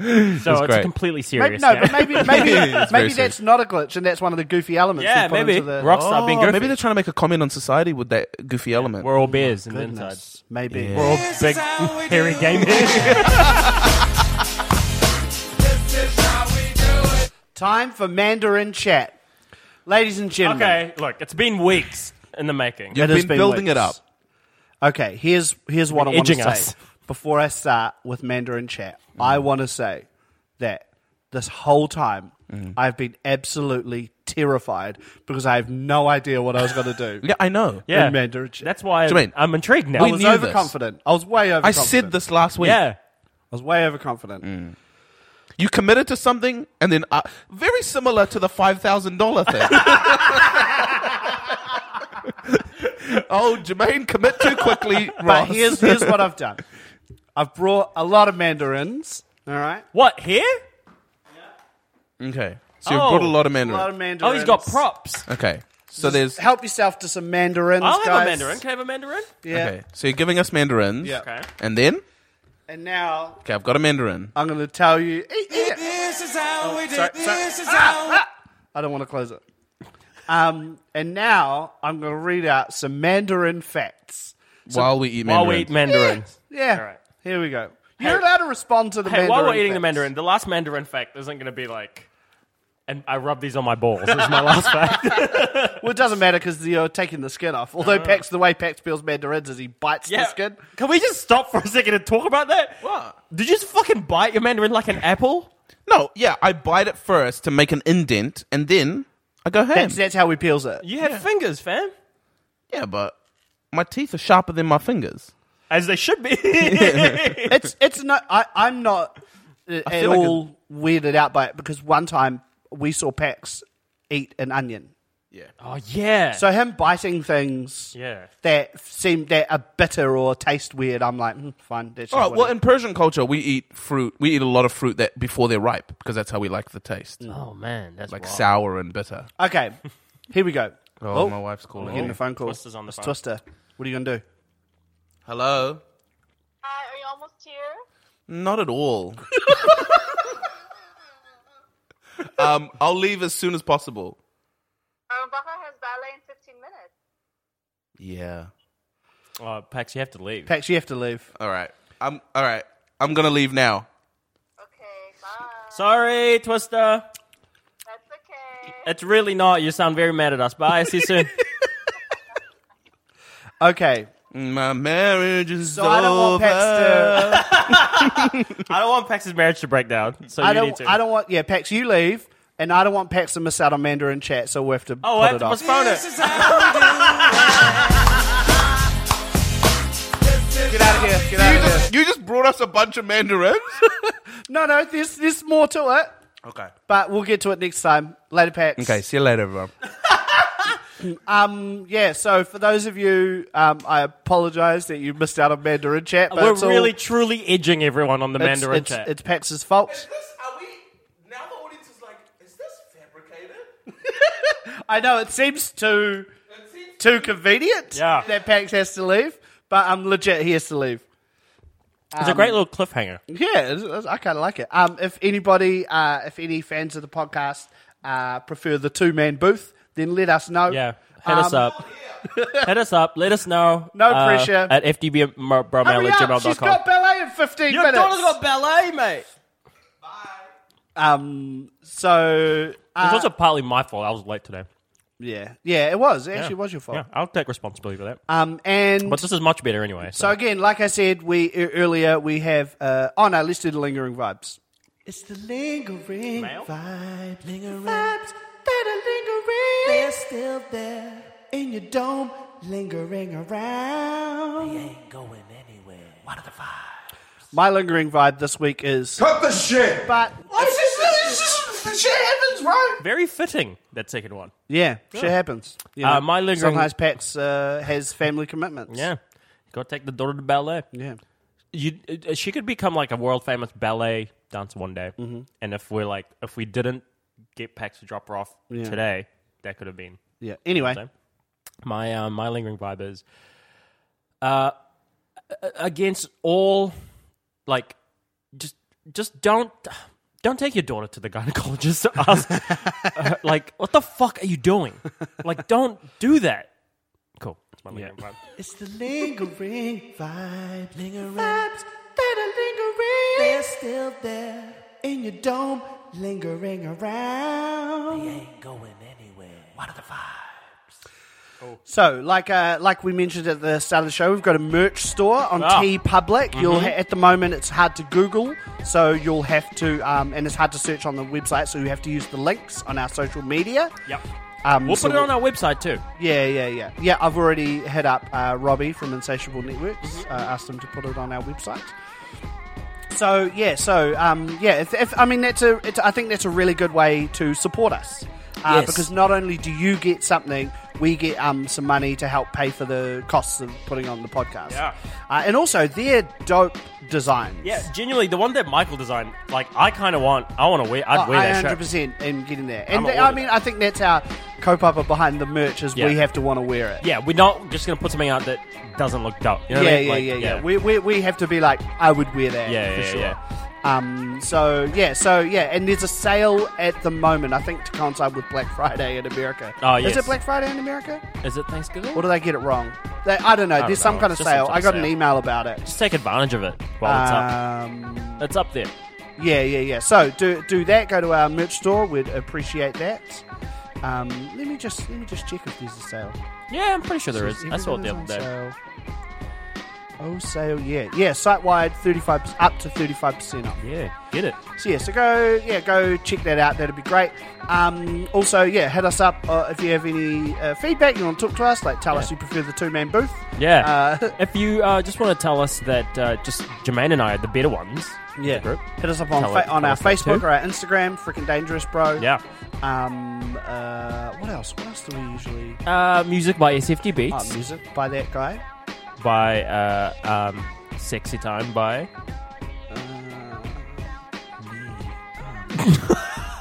Speaker 2: So it's
Speaker 3: great.
Speaker 1: Maybe,
Speaker 2: completely serious.
Speaker 1: no,
Speaker 2: now.
Speaker 1: but maybe
Speaker 3: <laughs>
Speaker 1: maybe
Speaker 3: It's very
Speaker 1: maybe that's not a glitch, and that's one of the goofy elements.
Speaker 2: Yeah,
Speaker 1: they put
Speaker 2: maybe.
Speaker 1: into the-
Speaker 2: Rockstar being
Speaker 3: Oh,
Speaker 2: goofy.
Speaker 3: maybe they're trying to make a comment on society with that goofy element.
Speaker 2: We're all bears and
Speaker 1: Oh, Goodness,
Speaker 2: inside.
Speaker 1: Maybe.
Speaker 2: We're all big, hairy game heads.
Speaker 1: Time for Mandarin chat, ladies and gentlemen.
Speaker 2: okay, look, it's been weeks in the making.
Speaker 3: You've
Speaker 1: It has
Speaker 3: been building
Speaker 1: weeks.
Speaker 3: it up.
Speaker 1: Okay, here's here's what I want to
Speaker 2: edging
Speaker 1: say.
Speaker 2: us.
Speaker 1: Before I start with Mandarin chat, I want to say that this whole time
Speaker 3: Mm.
Speaker 1: I've been absolutely terrified because I have no idea what I was going to do.
Speaker 3: <laughs> Yeah, I know.
Speaker 2: Yeah,
Speaker 1: in Mandarin chat.
Speaker 2: that's why
Speaker 3: Do you mean-
Speaker 2: I'm, I'm intrigued now.
Speaker 1: I
Speaker 3: We
Speaker 1: was
Speaker 3: knew this.
Speaker 1: overconfident. I was way overconfident.
Speaker 3: I said this Mm. last week.
Speaker 2: yeah,
Speaker 1: I was way overconfident.
Speaker 3: You committed to something, and then uh, very similar to the five thousand
Speaker 1: <laughs>
Speaker 3: dollar thing. oh, Jermaine, commit too quickly,
Speaker 1: But
Speaker 3: Ross.
Speaker 1: here's here's what
Speaker 3: <laughs>
Speaker 1: I've done. I've brought a lot of mandarins. All right,
Speaker 2: what here?
Speaker 3: okay, so you've
Speaker 2: Oh.
Speaker 3: brought a lot of
Speaker 1: a
Speaker 3: Mandarin.
Speaker 1: lot of mandarins.
Speaker 2: Oh, he's got props.
Speaker 3: okay, so there's
Speaker 1: Help yourself to some mandarins,
Speaker 2: I'll have
Speaker 1: guys.
Speaker 2: a mandarin. Can I have a mandarin?
Speaker 1: Yeah.
Speaker 3: okay, so you're giving us mandarins.
Speaker 1: Yeah.
Speaker 2: Okay.
Speaker 3: and then
Speaker 1: And now
Speaker 3: okay, I've got a mandarin.
Speaker 1: I'm going to tell you. Eh, eh.
Speaker 4: This is how we do.
Speaker 1: Sorry, sorry.
Speaker 4: This is how.
Speaker 1: I don't want to close it. Um, and now I'm going to read out some mandarin facts.
Speaker 3: while we eat
Speaker 2: While we
Speaker 3: mandarin,
Speaker 2: eat mandarins.
Speaker 1: Yeah.
Speaker 2: All right.
Speaker 1: Here we go. You're allowed to respond to the
Speaker 2: Hey,
Speaker 1: mandarin.
Speaker 2: while we're eating the
Speaker 1: facts.
Speaker 2: mandarin, the last mandarin fact isn't going to be like, and I rub these on my balls. This is my last fact.
Speaker 1: Well, it doesn't matter because you're taking the skin off.
Speaker 2: Uh.
Speaker 1: Although Pax, the way Pax peels mandarins is he bites the skin.
Speaker 2: Can we just stop for a second and talk about that?
Speaker 3: What?
Speaker 2: Did you just fucking bite your mandarin like an apple?
Speaker 3: No, yeah, I bite it first to make an indent, and then I go ham.
Speaker 1: That's, that's how he peels it.
Speaker 2: You had fingers, fam.
Speaker 3: Yeah, but my teeth are sharper than my fingers.
Speaker 2: As they should be. <laughs> yeah.
Speaker 1: it's it's not. I, I'm not uh, at
Speaker 3: like
Speaker 1: all weirded out by it because one time we saw Pax eat an onion.
Speaker 2: Oh, yeah.
Speaker 1: So him biting things
Speaker 2: Yeah.
Speaker 1: that seem that are bitter or taste weird, I'm like, mm, fine. That's
Speaker 3: All
Speaker 1: just
Speaker 3: right. Well,
Speaker 1: what
Speaker 3: in Persian culture, we eat fruit. We eat a lot of fruit that before they're ripe because that's how we like the taste,
Speaker 1: Mm.
Speaker 2: oh, man. That's
Speaker 3: like
Speaker 2: wild.
Speaker 3: sour and bitter.
Speaker 1: it- okay, here we go.
Speaker 3: Oh, my wife's calling.
Speaker 1: Getting a phone call.
Speaker 2: Twister's on the
Speaker 1: It's
Speaker 2: phone.
Speaker 1: Twister. What are you gonna do?
Speaker 3: Hello.
Speaker 8: Hi, are you almost here?
Speaker 3: Not at
Speaker 8: <laughs>
Speaker 3: all. um, I'll leave as soon as possible.
Speaker 8: Um, Baka has ballet in 15
Speaker 3: Yeah.
Speaker 2: Oh, Pax, you have to leave.
Speaker 1: Pax, you have to leave.
Speaker 3: All right. I'm all right. I'm gonna leave now.
Speaker 2: Sorry, Twister.
Speaker 8: That's okay.
Speaker 2: It's really not. You sound very mad at us. Bye. See you
Speaker 1: <laughs>
Speaker 2: soon.
Speaker 1: Okay.
Speaker 3: My marriage is
Speaker 1: So I don't want Pax to.
Speaker 2: I don't want Pax's marriage to break down. So
Speaker 1: I
Speaker 2: you
Speaker 1: don't.
Speaker 2: need to.
Speaker 1: I don't want. Yeah, Pax, you leave, and I don't want Pax to miss out on Mandarin chat. So we will have to
Speaker 2: Oh,
Speaker 1: put
Speaker 2: I have
Speaker 1: it
Speaker 2: to
Speaker 1: off.
Speaker 2: postpone it.
Speaker 1: Get out of here. Get out of here.
Speaker 3: You just brought us a bunch of mandarins. <laughs>
Speaker 1: No, no. There's there's more to it,
Speaker 3: okay.
Speaker 1: but we'll get to it next time. Later, Pax.
Speaker 3: Okay. See you later, everyone.
Speaker 1: Yeah. So for those of you, um, I apologize that you missed out on Mandarin chat. But
Speaker 2: We're
Speaker 1: it's all-
Speaker 2: really, truly edging everyone on the
Speaker 1: it's-
Speaker 2: Mandarin
Speaker 1: it's,
Speaker 2: chat.
Speaker 1: It's Pax's fault.
Speaker 3: are we? Now the audience is like, is this fabricated?
Speaker 1: I know it seems too too convenient.
Speaker 2: Yeah.
Speaker 1: That Pax has to leave, but I'm legit. He has to leave.
Speaker 2: it's a
Speaker 1: um,
Speaker 2: great little cliffhanger.
Speaker 1: Yeah, it's- it's- I kind of like it. Um, if anybody, uh, if any fans of the podcast uh, prefer the two man booth, then let us know.
Speaker 2: Yeah. Hit us
Speaker 1: Um, <laughs>
Speaker 2: up. Hit us up. Let us know.
Speaker 1: No
Speaker 2: uh,
Speaker 1: pressure.
Speaker 2: At fdbbromale
Speaker 1: Hurry
Speaker 2: at
Speaker 1: up!
Speaker 2: gmail.com.
Speaker 1: She's got ballet in 15 minutes.
Speaker 2: ballet, mate.
Speaker 1: Um, so,
Speaker 2: It's
Speaker 1: uh,
Speaker 2: also partly my fault. I was late today.
Speaker 1: yeah, yeah, it was. It actually was your fault.
Speaker 2: Yeah, I'll take responsibility for that.
Speaker 1: Um, and
Speaker 2: but this is much better anyway.
Speaker 1: so
Speaker 2: So,
Speaker 1: again, like I said, we e- earlier we have uh, on our listed lingering vibes.
Speaker 4: It's the lingering
Speaker 2: Male?
Speaker 4: vibe, lingering vibes that are lingering. They're still there in your dome, lingering around. They ain't going anywhere. What are the vibes?
Speaker 1: My lingering vibe this week is
Speaker 5: Cut the shit.
Speaker 1: but
Speaker 3: shit happens, right?
Speaker 2: very fitting, that second one.
Speaker 1: yeah, shit happens. You
Speaker 2: Uh, my lingering-
Speaker 1: Sometimes Pax uh, has family commitments.
Speaker 2: Yeah. Got to take the daughter to ballet.
Speaker 1: yeah.
Speaker 2: you uh, she could become like a world famous ballet dancer one day. And if we're like, if we didn't get Pax to drop her off today, that could have been
Speaker 1: Yeah. Anyway,
Speaker 2: So- my uh, my lingering vibe is uh, a- against all like just just don't don't take your daughter to the gynecologist to ask uh, like what the fuck are you doing like don't do that cool that's my lingering vibe
Speaker 4: It's the lingering vibe, lingering vibes that are lingering. They're still there in your dome, lingering around. They ain't going anywhere. What are the vibes?
Speaker 1: so like uh, like we mentioned at the start of the show, we've got a merch store on
Speaker 2: Ah.
Speaker 1: T Public. You'll ha- at the moment it's hard to Google, so you'll have to um, and it's hard to search on the website, so you have to use the links on our social media.
Speaker 2: yep
Speaker 1: Um,
Speaker 2: we'll
Speaker 1: so
Speaker 2: put it on our website too
Speaker 1: Yeah, yeah, yeah, yeah. I've already hit up uh, Robbie from Insatiable Networks,
Speaker 2: Mm-hmm.
Speaker 1: uh, asked him to put it on our website. So yeah, so um, yeah, if, if, I mean that's a, it's, I think that's a really good way to support us uh,
Speaker 2: Yes.
Speaker 1: because not only do you get something, we get um, some money to help pay for the costs of putting on the podcast.
Speaker 2: Yeah.
Speaker 1: uh, and also they're dope designs.
Speaker 2: Yeah, genuinely, the one that Michael designed, like I kind of want. I want to wear. I'd
Speaker 1: Oh, I
Speaker 2: wear that
Speaker 1: 100
Speaker 2: shirt.
Speaker 1: percent in getting there, and
Speaker 2: I'ma
Speaker 1: th-
Speaker 2: order
Speaker 1: I mean,
Speaker 2: that.
Speaker 1: I think that's our co-papa behind the merch is we
Speaker 2: Yeah.
Speaker 1: have to want to wear it.
Speaker 2: Yeah, we're not just gonna put something out that doesn't look dope. You know what
Speaker 1: yeah,
Speaker 2: I mean?
Speaker 1: yeah,
Speaker 2: Like,
Speaker 1: yeah, yeah, We, we, we have to be like, I would wear that
Speaker 2: Yeah,
Speaker 1: for
Speaker 2: yeah,
Speaker 1: sure.
Speaker 2: yeah.
Speaker 1: Um, so yeah, so yeah, and there's a sale at the moment. I think to coincide with Black Friday in America.
Speaker 2: Oh,
Speaker 1: is
Speaker 2: yes.
Speaker 1: it Black Friday in America,
Speaker 2: Is it Thanksgiving?
Speaker 1: or do they get it wrong? They, I don't know.
Speaker 2: don't
Speaker 1: there's
Speaker 2: know.
Speaker 1: some kind of
Speaker 2: It's just some
Speaker 1: sale.
Speaker 2: sort
Speaker 1: I
Speaker 2: of
Speaker 1: got an
Speaker 2: sale.
Speaker 1: email about it.
Speaker 2: Just take advantage of it while
Speaker 1: Um,
Speaker 2: it's up. It's up there.
Speaker 1: yeah, yeah, yeah. So do do that. Go to our merch store. We'd appreciate that. Um, let me just let me just check if there's a sale.
Speaker 2: Yeah, I'm pretty sure there is.
Speaker 1: Everything
Speaker 2: I saw it the
Speaker 1: is
Speaker 2: other
Speaker 1: on
Speaker 2: day.
Speaker 1: sale. Oh, sale, yeah, yeah. Site wide, thirty five up to thirty five percent off.
Speaker 2: Yeah, get it.
Speaker 1: So yeah, so go yeah go check that out. That'd be great. Um, also yeah, hit us up uh, if you have any uh, feedback. You want to talk to us? Like tell us you prefer the two man booth.
Speaker 2: Yeah.
Speaker 1: Uh, <laughs>
Speaker 2: if you uh, just want to tell us that uh, just Jermaine and I are the better ones. of the Group.
Speaker 1: Hit us up on
Speaker 2: Tell
Speaker 1: fa-
Speaker 2: it-
Speaker 1: on
Speaker 2: tell
Speaker 1: our
Speaker 2: us that
Speaker 1: Facebook
Speaker 2: too.
Speaker 1: or our Instagram. Freaking dangerous, bro.
Speaker 2: Yeah.
Speaker 1: Um. Uh. What else? What else do we usually?
Speaker 2: Uh, music by SFT Beats.
Speaker 1: Oh, music by that guy.
Speaker 2: by uh, um, Sexy Time by. <laughs>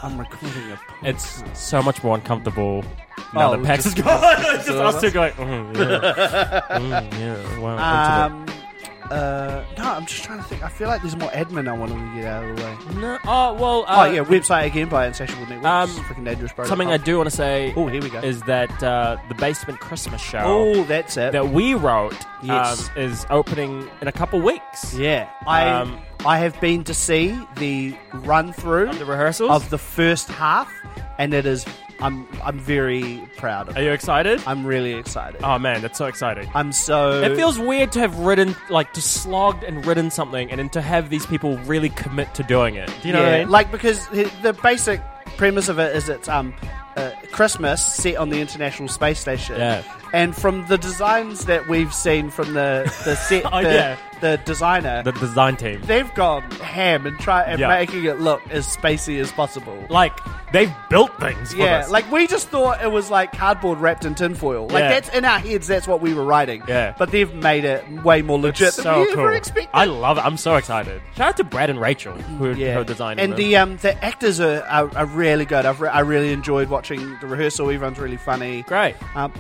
Speaker 1: Um, I'm recording a.
Speaker 2: It's so much more uncomfortable now
Speaker 1: Oh,
Speaker 2: that Pax is <laughs>
Speaker 1: just- Mm,
Speaker 2: gone. just us two going. Mm, yeah. Mm, yeah. Wow.
Speaker 1: Um, Uh, no, I'm just trying to think. I feel like there's more admin I want to get out of the way.
Speaker 2: No. Oh well.
Speaker 1: oh
Speaker 2: Uh,
Speaker 1: yeah, website again by Insatiable Networks.
Speaker 2: Um,
Speaker 1: freaking dangerous. Bro.
Speaker 2: Something I do want to say.
Speaker 1: Oh, here we go.
Speaker 2: Is that uh, the Basement Christmas show?
Speaker 1: Oh, that's it.
Speaker 2: that we wrote
Speaker 1: Yes.
Speaker 2: um, is opening in a couple weeks.
Speaker 1: yeah, I
Speaker 2: Um,
Speaker 1: I have been to see the run through
Speaker 2: The rehearsals.
Speaker 1: of the first half, and it is I'm I'm very proud of.
Speaker 2: Are
Speaker 1: it.
Speaker 2: you excited?
Speaker 1: I'm really excited.
Speaker 2: oh man, that's so exciting.
Speaker 1: I'm so.
Speaker 2: it feels weird to have written, like, to slogged and written something, and then to have these people really commit to doing it. Do you know
Speaker 1: yeah,
Speaker 2: what I mean?
Speaker 1: like because the the basic premise of it is it's um uh, Christmas set on the International Space Station.
Speaker 2: Yeah.
Speaker 1: And from the designs that we've seen from the the set,
Speaker 2: <laughs> Oh,
Speaker 1: the,
Speaker 2: yeah.
Speaker 1: the designer,
Speaker 2: the design team.
Speaker 1: they've gone ham and try and
Speaker 2: Yeah.
Speaker 1: making it look as spacey as possible.
Speaker 2: like they've built things. For
Speaker 1: yeah,
Speaker 2: this.
Speaker 1: like we just thought it was like cardboard wrapped in tinfoil. Like
Speaker 2: Yeah.
Speaker 1: that's in our heads. That's what we were writing.
Speaker 2: Yeah.
Speaker 1: but they've made it way more legit than
Speaker 2: so
Speaker 1: we
Speaker 2: cool.
Speaker 1: ever expected.
Speaker 2: I love it. I'm so excited. Shout out to Brad and Rachel who, who designed
Speaker 1: And the um, the actors are, are, are really good. I've re- I really enjoyed watching the rehearsal. Everyone's really funny.
Speaker 2: great.
Speaker 1: Um,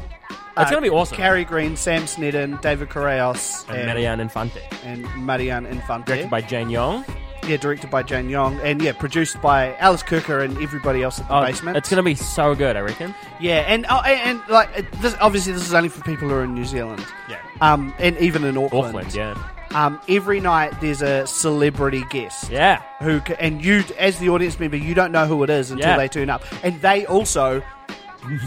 Speaker 2: It's gonna be awesome.
Speaker 1: Carrie Green, Sam Sneddon, David Correos,
Speaker 2: And Marianne Infante,
Speaker 1: and Marianne Infante.
Speaker 2: directed by Jane Young.
Speaker 1: yeah, directed by Jane Young, and yeah, produced by Alice Cooker and everybody else at the
Speaker 2: Oh,
Speaker 1: basement.
Speaker 2: It's gonna be so good, I reckon.
Speaker 1: yeah, and oh, and, and like it- this, obviously this is only for people who are in New Zealand.
Speaker 2: Yeah.
Speaker 1: Um, and even in Auckland.
Speaker 2: Auckland, yeah,
Speaker 1: Um, every night there's a celebrity guest.
Speaker 2: yeah.
Speaker 1: who c- and you as the audience member you don't know who it is until
Speaker 2: Yeah.
Speaker 1: they turn up and they also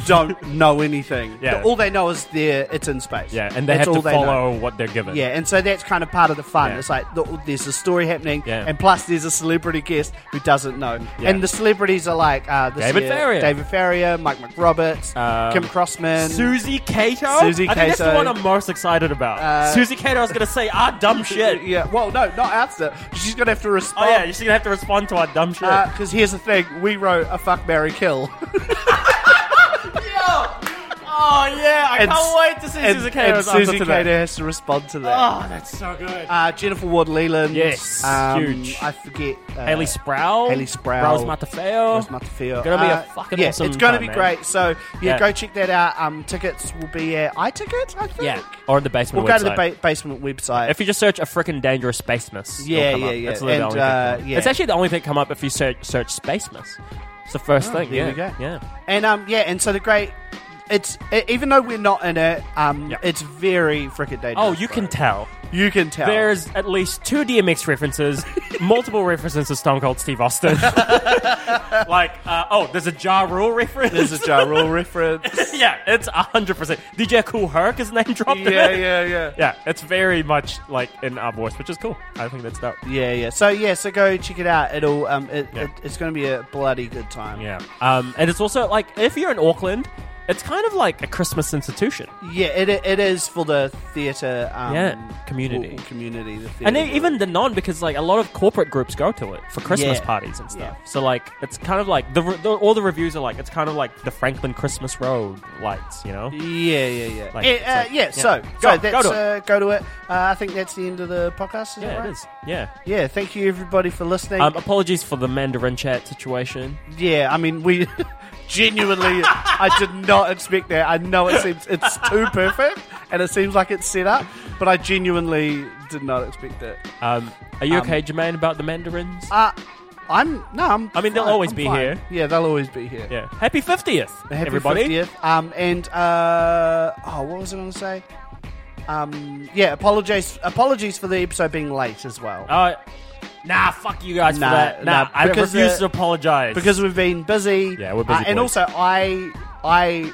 Speaker 1: don't know anything
Speaker 2: <laughs> Yeah.
Speaker 1: all they know is they're it's in space
Speaker 2: Yeah, and they
Speaker 1: That's
Speaker 2: have to
Speaker 1: all know.
Speaker 2: follow what they're given.
Speaker 1: yeah and so that's kind of part of the fun
Speaker 2: Yeah.
Speaker 1: it's like the, there's a story happening
Speaker 2: Yeah.
Speaker 1: and plus there's a celebrity guest who doesn't know
Speaker 2: Yeah.
Speaker 1: and the celebrities are like uh, this
Speaker 2: David
Speaker 1: year,
Speaker 2: Farrier.
Speaker 1: David Farrier Mike McRoberts
Speaker 2: Um,
Speaker 1: Kim Crossman
Speaker 2: Susie Cato.
Speaker 1: Susie
Speaker 2: I think that's the
Speaker 1: Cato.
Speaker 2: one I'm most excited about.
Speaker 1: Uh,
Speaker 2: Susie Cato is gonna say our
Speaker 1: <laughs>
Speaker 2: dumb shit.
Speaker 1: yeah well no not after she's gonna have to
Speaker 2: Oh
Speaker 1: respond
Speaker 2: yeah, she's gonna have to respond to our dumb shit.
Speaker 1: Because here's the thing: we wrote a fuck Mary kill.
Speaker 2: oh yeah, I
Speaker 1: and s-
Speaker 2: can't wait to see
Speaker 1: and-
Speaker 2: Susie
Speaker 1: and
Speaker 2: Cato's answer
Speaker 1: Susie
Speaker 2: to
Speaker 1: Cato
Speaker 2: that.
Speaker 1: has to respond to that.
Speaker 2: Oh, that's so good.
Speaker 1: Uh, Jennifer Ward Leland.
Speaker 2: Yes,
Speaker 1: um,
Speaker 2: huge.
Speaker 1: I forget. Uh,
Speaker 2: Haley Sproul.
Speaker 1: Haley Sproul.
Speaker 2: Rose Matafeo.
Speaker 1: Rose Matafeo.
Speaker 2: Gonna be a
Speaker 1: Uh,
Speaker 2: fucking
Speaker 1: yeah,
Speaker 2: awesome
Speaker 1: It's gonna
Speaker 2: time,
Speaker 1: be
Speaker 2: man.
Speaker 1: great. So yeah,
Speaker 2: Yeah.
Speaker 1: go check that out. Um, tickets will be at iTicket, I think.
Speaker 2: Yeah, or in the basement
Speaker 1: We'll go to the
Speaker 2: website.
Speaker 1: ba- basement website.
Speaker 2: If you just search a frickin' dangerous space miss, it'll
Speaker 1: Yeah,
Speaker 2: come
Speaker 1: yeah,
Speaker 2: up.
Speaker 1: yeah.
Speaker 2: That's literally
Speaker 1: And,
Speaker 2: the only thing
Speaker 1: uh,
Speaker 2: come up.
Speaker 1: yeah.
Speaker 2: It's actually the only thing come up if you search search space miss. It's the first thing.
Speaker 1: there
Speaker 2: yeah,
Speaker 1: Oh, we go.
Speaker 2: yeah.
Speaker 1: and um, yeah, and so the great. It's e- even though we're not in it, um,
Speaker 2: Yeah.
Speaker 1: it's very freaking dangerous.
Speaker 2: Oh, you
Speaker 1: bro.
Speaker 2: can tell.
Speaker 1: you can tell.
Speaker 2: There's at least two
Speaker 1: <laughs>
Speaker 2: DMX references, multiple references to Stone Cold Steve Austin. like, uh, oh, there's a Ja Rule reference.
Speaker 1: There's a Ja Rule reference.
Speaker 2: <laughs> yeah, it's hundred percent. DJ Cool Herc is name dropped. in
Speaker 1: Yeah,
Speaker 2: it.
Speaker 1: yeah, yeah.
Speaker 2: yeah. It's very much like in our voice, which is cool. I think that's dope.
Speaker 1: Yeah, yeah. So yeah, so go check it out. It'll um, it,
Speaker 2: Yeah.
Speaker 1: it, it's going to be a bloody good time.
Speaker 2: Yeah. Um, and it's also like if you're in Auckland, it's kind of like a Christmas institution.
Speaker 1: yeah. It, it is for the theatre. Um,
Speaker 2: Yeah, community.
Speaker 1: w- community. The theatre
Speaker 2: And then even the non, because like a lot of corporate groups go to it for Christmas
Speaker 1: Yeah.
Speaker 2: parties and stuff.
Speaker 1: Yeah.
Speaker 2: So like it's kind of like the, the all the reviews are like it's kind of like the Franklin Christmas Road lights, you know?
Speaker 1: Yeah, yeah, yeah.
Speaker 2: Like,
Speaker 1: yeah,
Speaker 2: it's
Speaker 1: uh, yeah,
Speaker 2: like- yeah.
Speaker 1: So,
Speaker 2: Go-
Speaker 1: so that's,
Speaker 2: go to
Speaker 1: uh, go to it. Uh, I think that's the end of the podcast. Is that
Speaker 2: Yeah,
Speaker 1: right?
Speaker 2: it is. Yeah.
Speaker 1: Yeah, thank you everybody for listening.
Speaker 2: Um, apologies for the Mandarin chat situation.
Speaker 1: yeah, I mean we <laughs> genuinely, I did not expect that. I know it seems it's too perfect, and it seems like it's set up, but I genuinely did not expect it.
Speaker 2: Um, are you okay, Jermaine, about the Mandarins?
Speaker 1: Uh, I'm no. I'm
Speaker 2: I mean, they'll
Speaker 1: fine.
Speaker 2: always
Speaker 1: I'm
Speaker 2: be
Speaker 1: fine.
Speaker 2: here.
Speaker 1: Yeah, they'll always be here.
Speaker 2: yeah. Happy 50th,
Speaker 1: Happy
Speaker 2: everybody.
Speaker 1: 50th. Um, and uh, oh, what was I going to say? Um, yeah, apologies. Apologies for the episode being late as well.
Speaker 2: Uh, nah, fuck you guys
Speaker 1: Nah,
Speaker 2: for that. Nah,
Speaker 1: nah,
Speaker 2: I
Speaker 1: because,
Speaker 2: refuse
Speaker 1: uh,
Speaker 2: to apologize.
Speaker 1: because we've been busy.
Speaker 2: Yeah, we're busy
Speaker 1: Uh, and
Speaker 2: boys.
Speaker 1: also, I, I,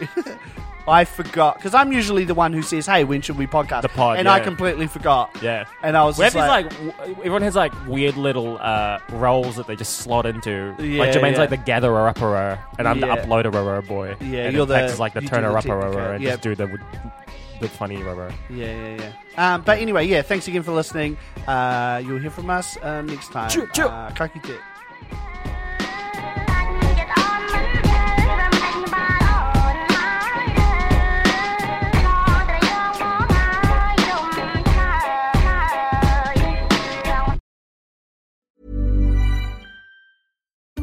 Speaker 1: <laughs> I forgot because I'm usually the one who says, "Hey, when should we podcast?"
Speaker 2: The pod,
Speaker 1: and I
Speaker 2: yeah.
Speaker 1: completely forgot.
Speaker 2: Yeah.
Speaker 1: and I was
Speaker 2: We have
Speaker 1: just
Speaker 2: these like, w- everyone has like weird little uh, roles that they just slot into.
Speaker 1: Yeah,
Speaker 2: like Jermaine's
Speaker 1: yeah.
Speaker 2: like the gatherer upperer, and I'm
Speaker 1: Yeah.
Speaker 2: the uploader upperer boy.
Speaker 1: Yeah,
Speaker 2: and
Speaker 1: you're the-
Speaker 2: Tex is like the
Speaker 1: you do
Speaker 2: turner
Speaker 1: the technical,
Speaker 2: upperer and
Speaker 1: yeah.
Speaker 2: just do the the funny rubber.
Speaker 1: Yeah, yeah, yeah. Um, but anyway, yeah, thanks again for listening. Uh, you'll hear from us uh, next time.
Speaker 2: Choo, choo.
Speaker 1: Uh, kakite.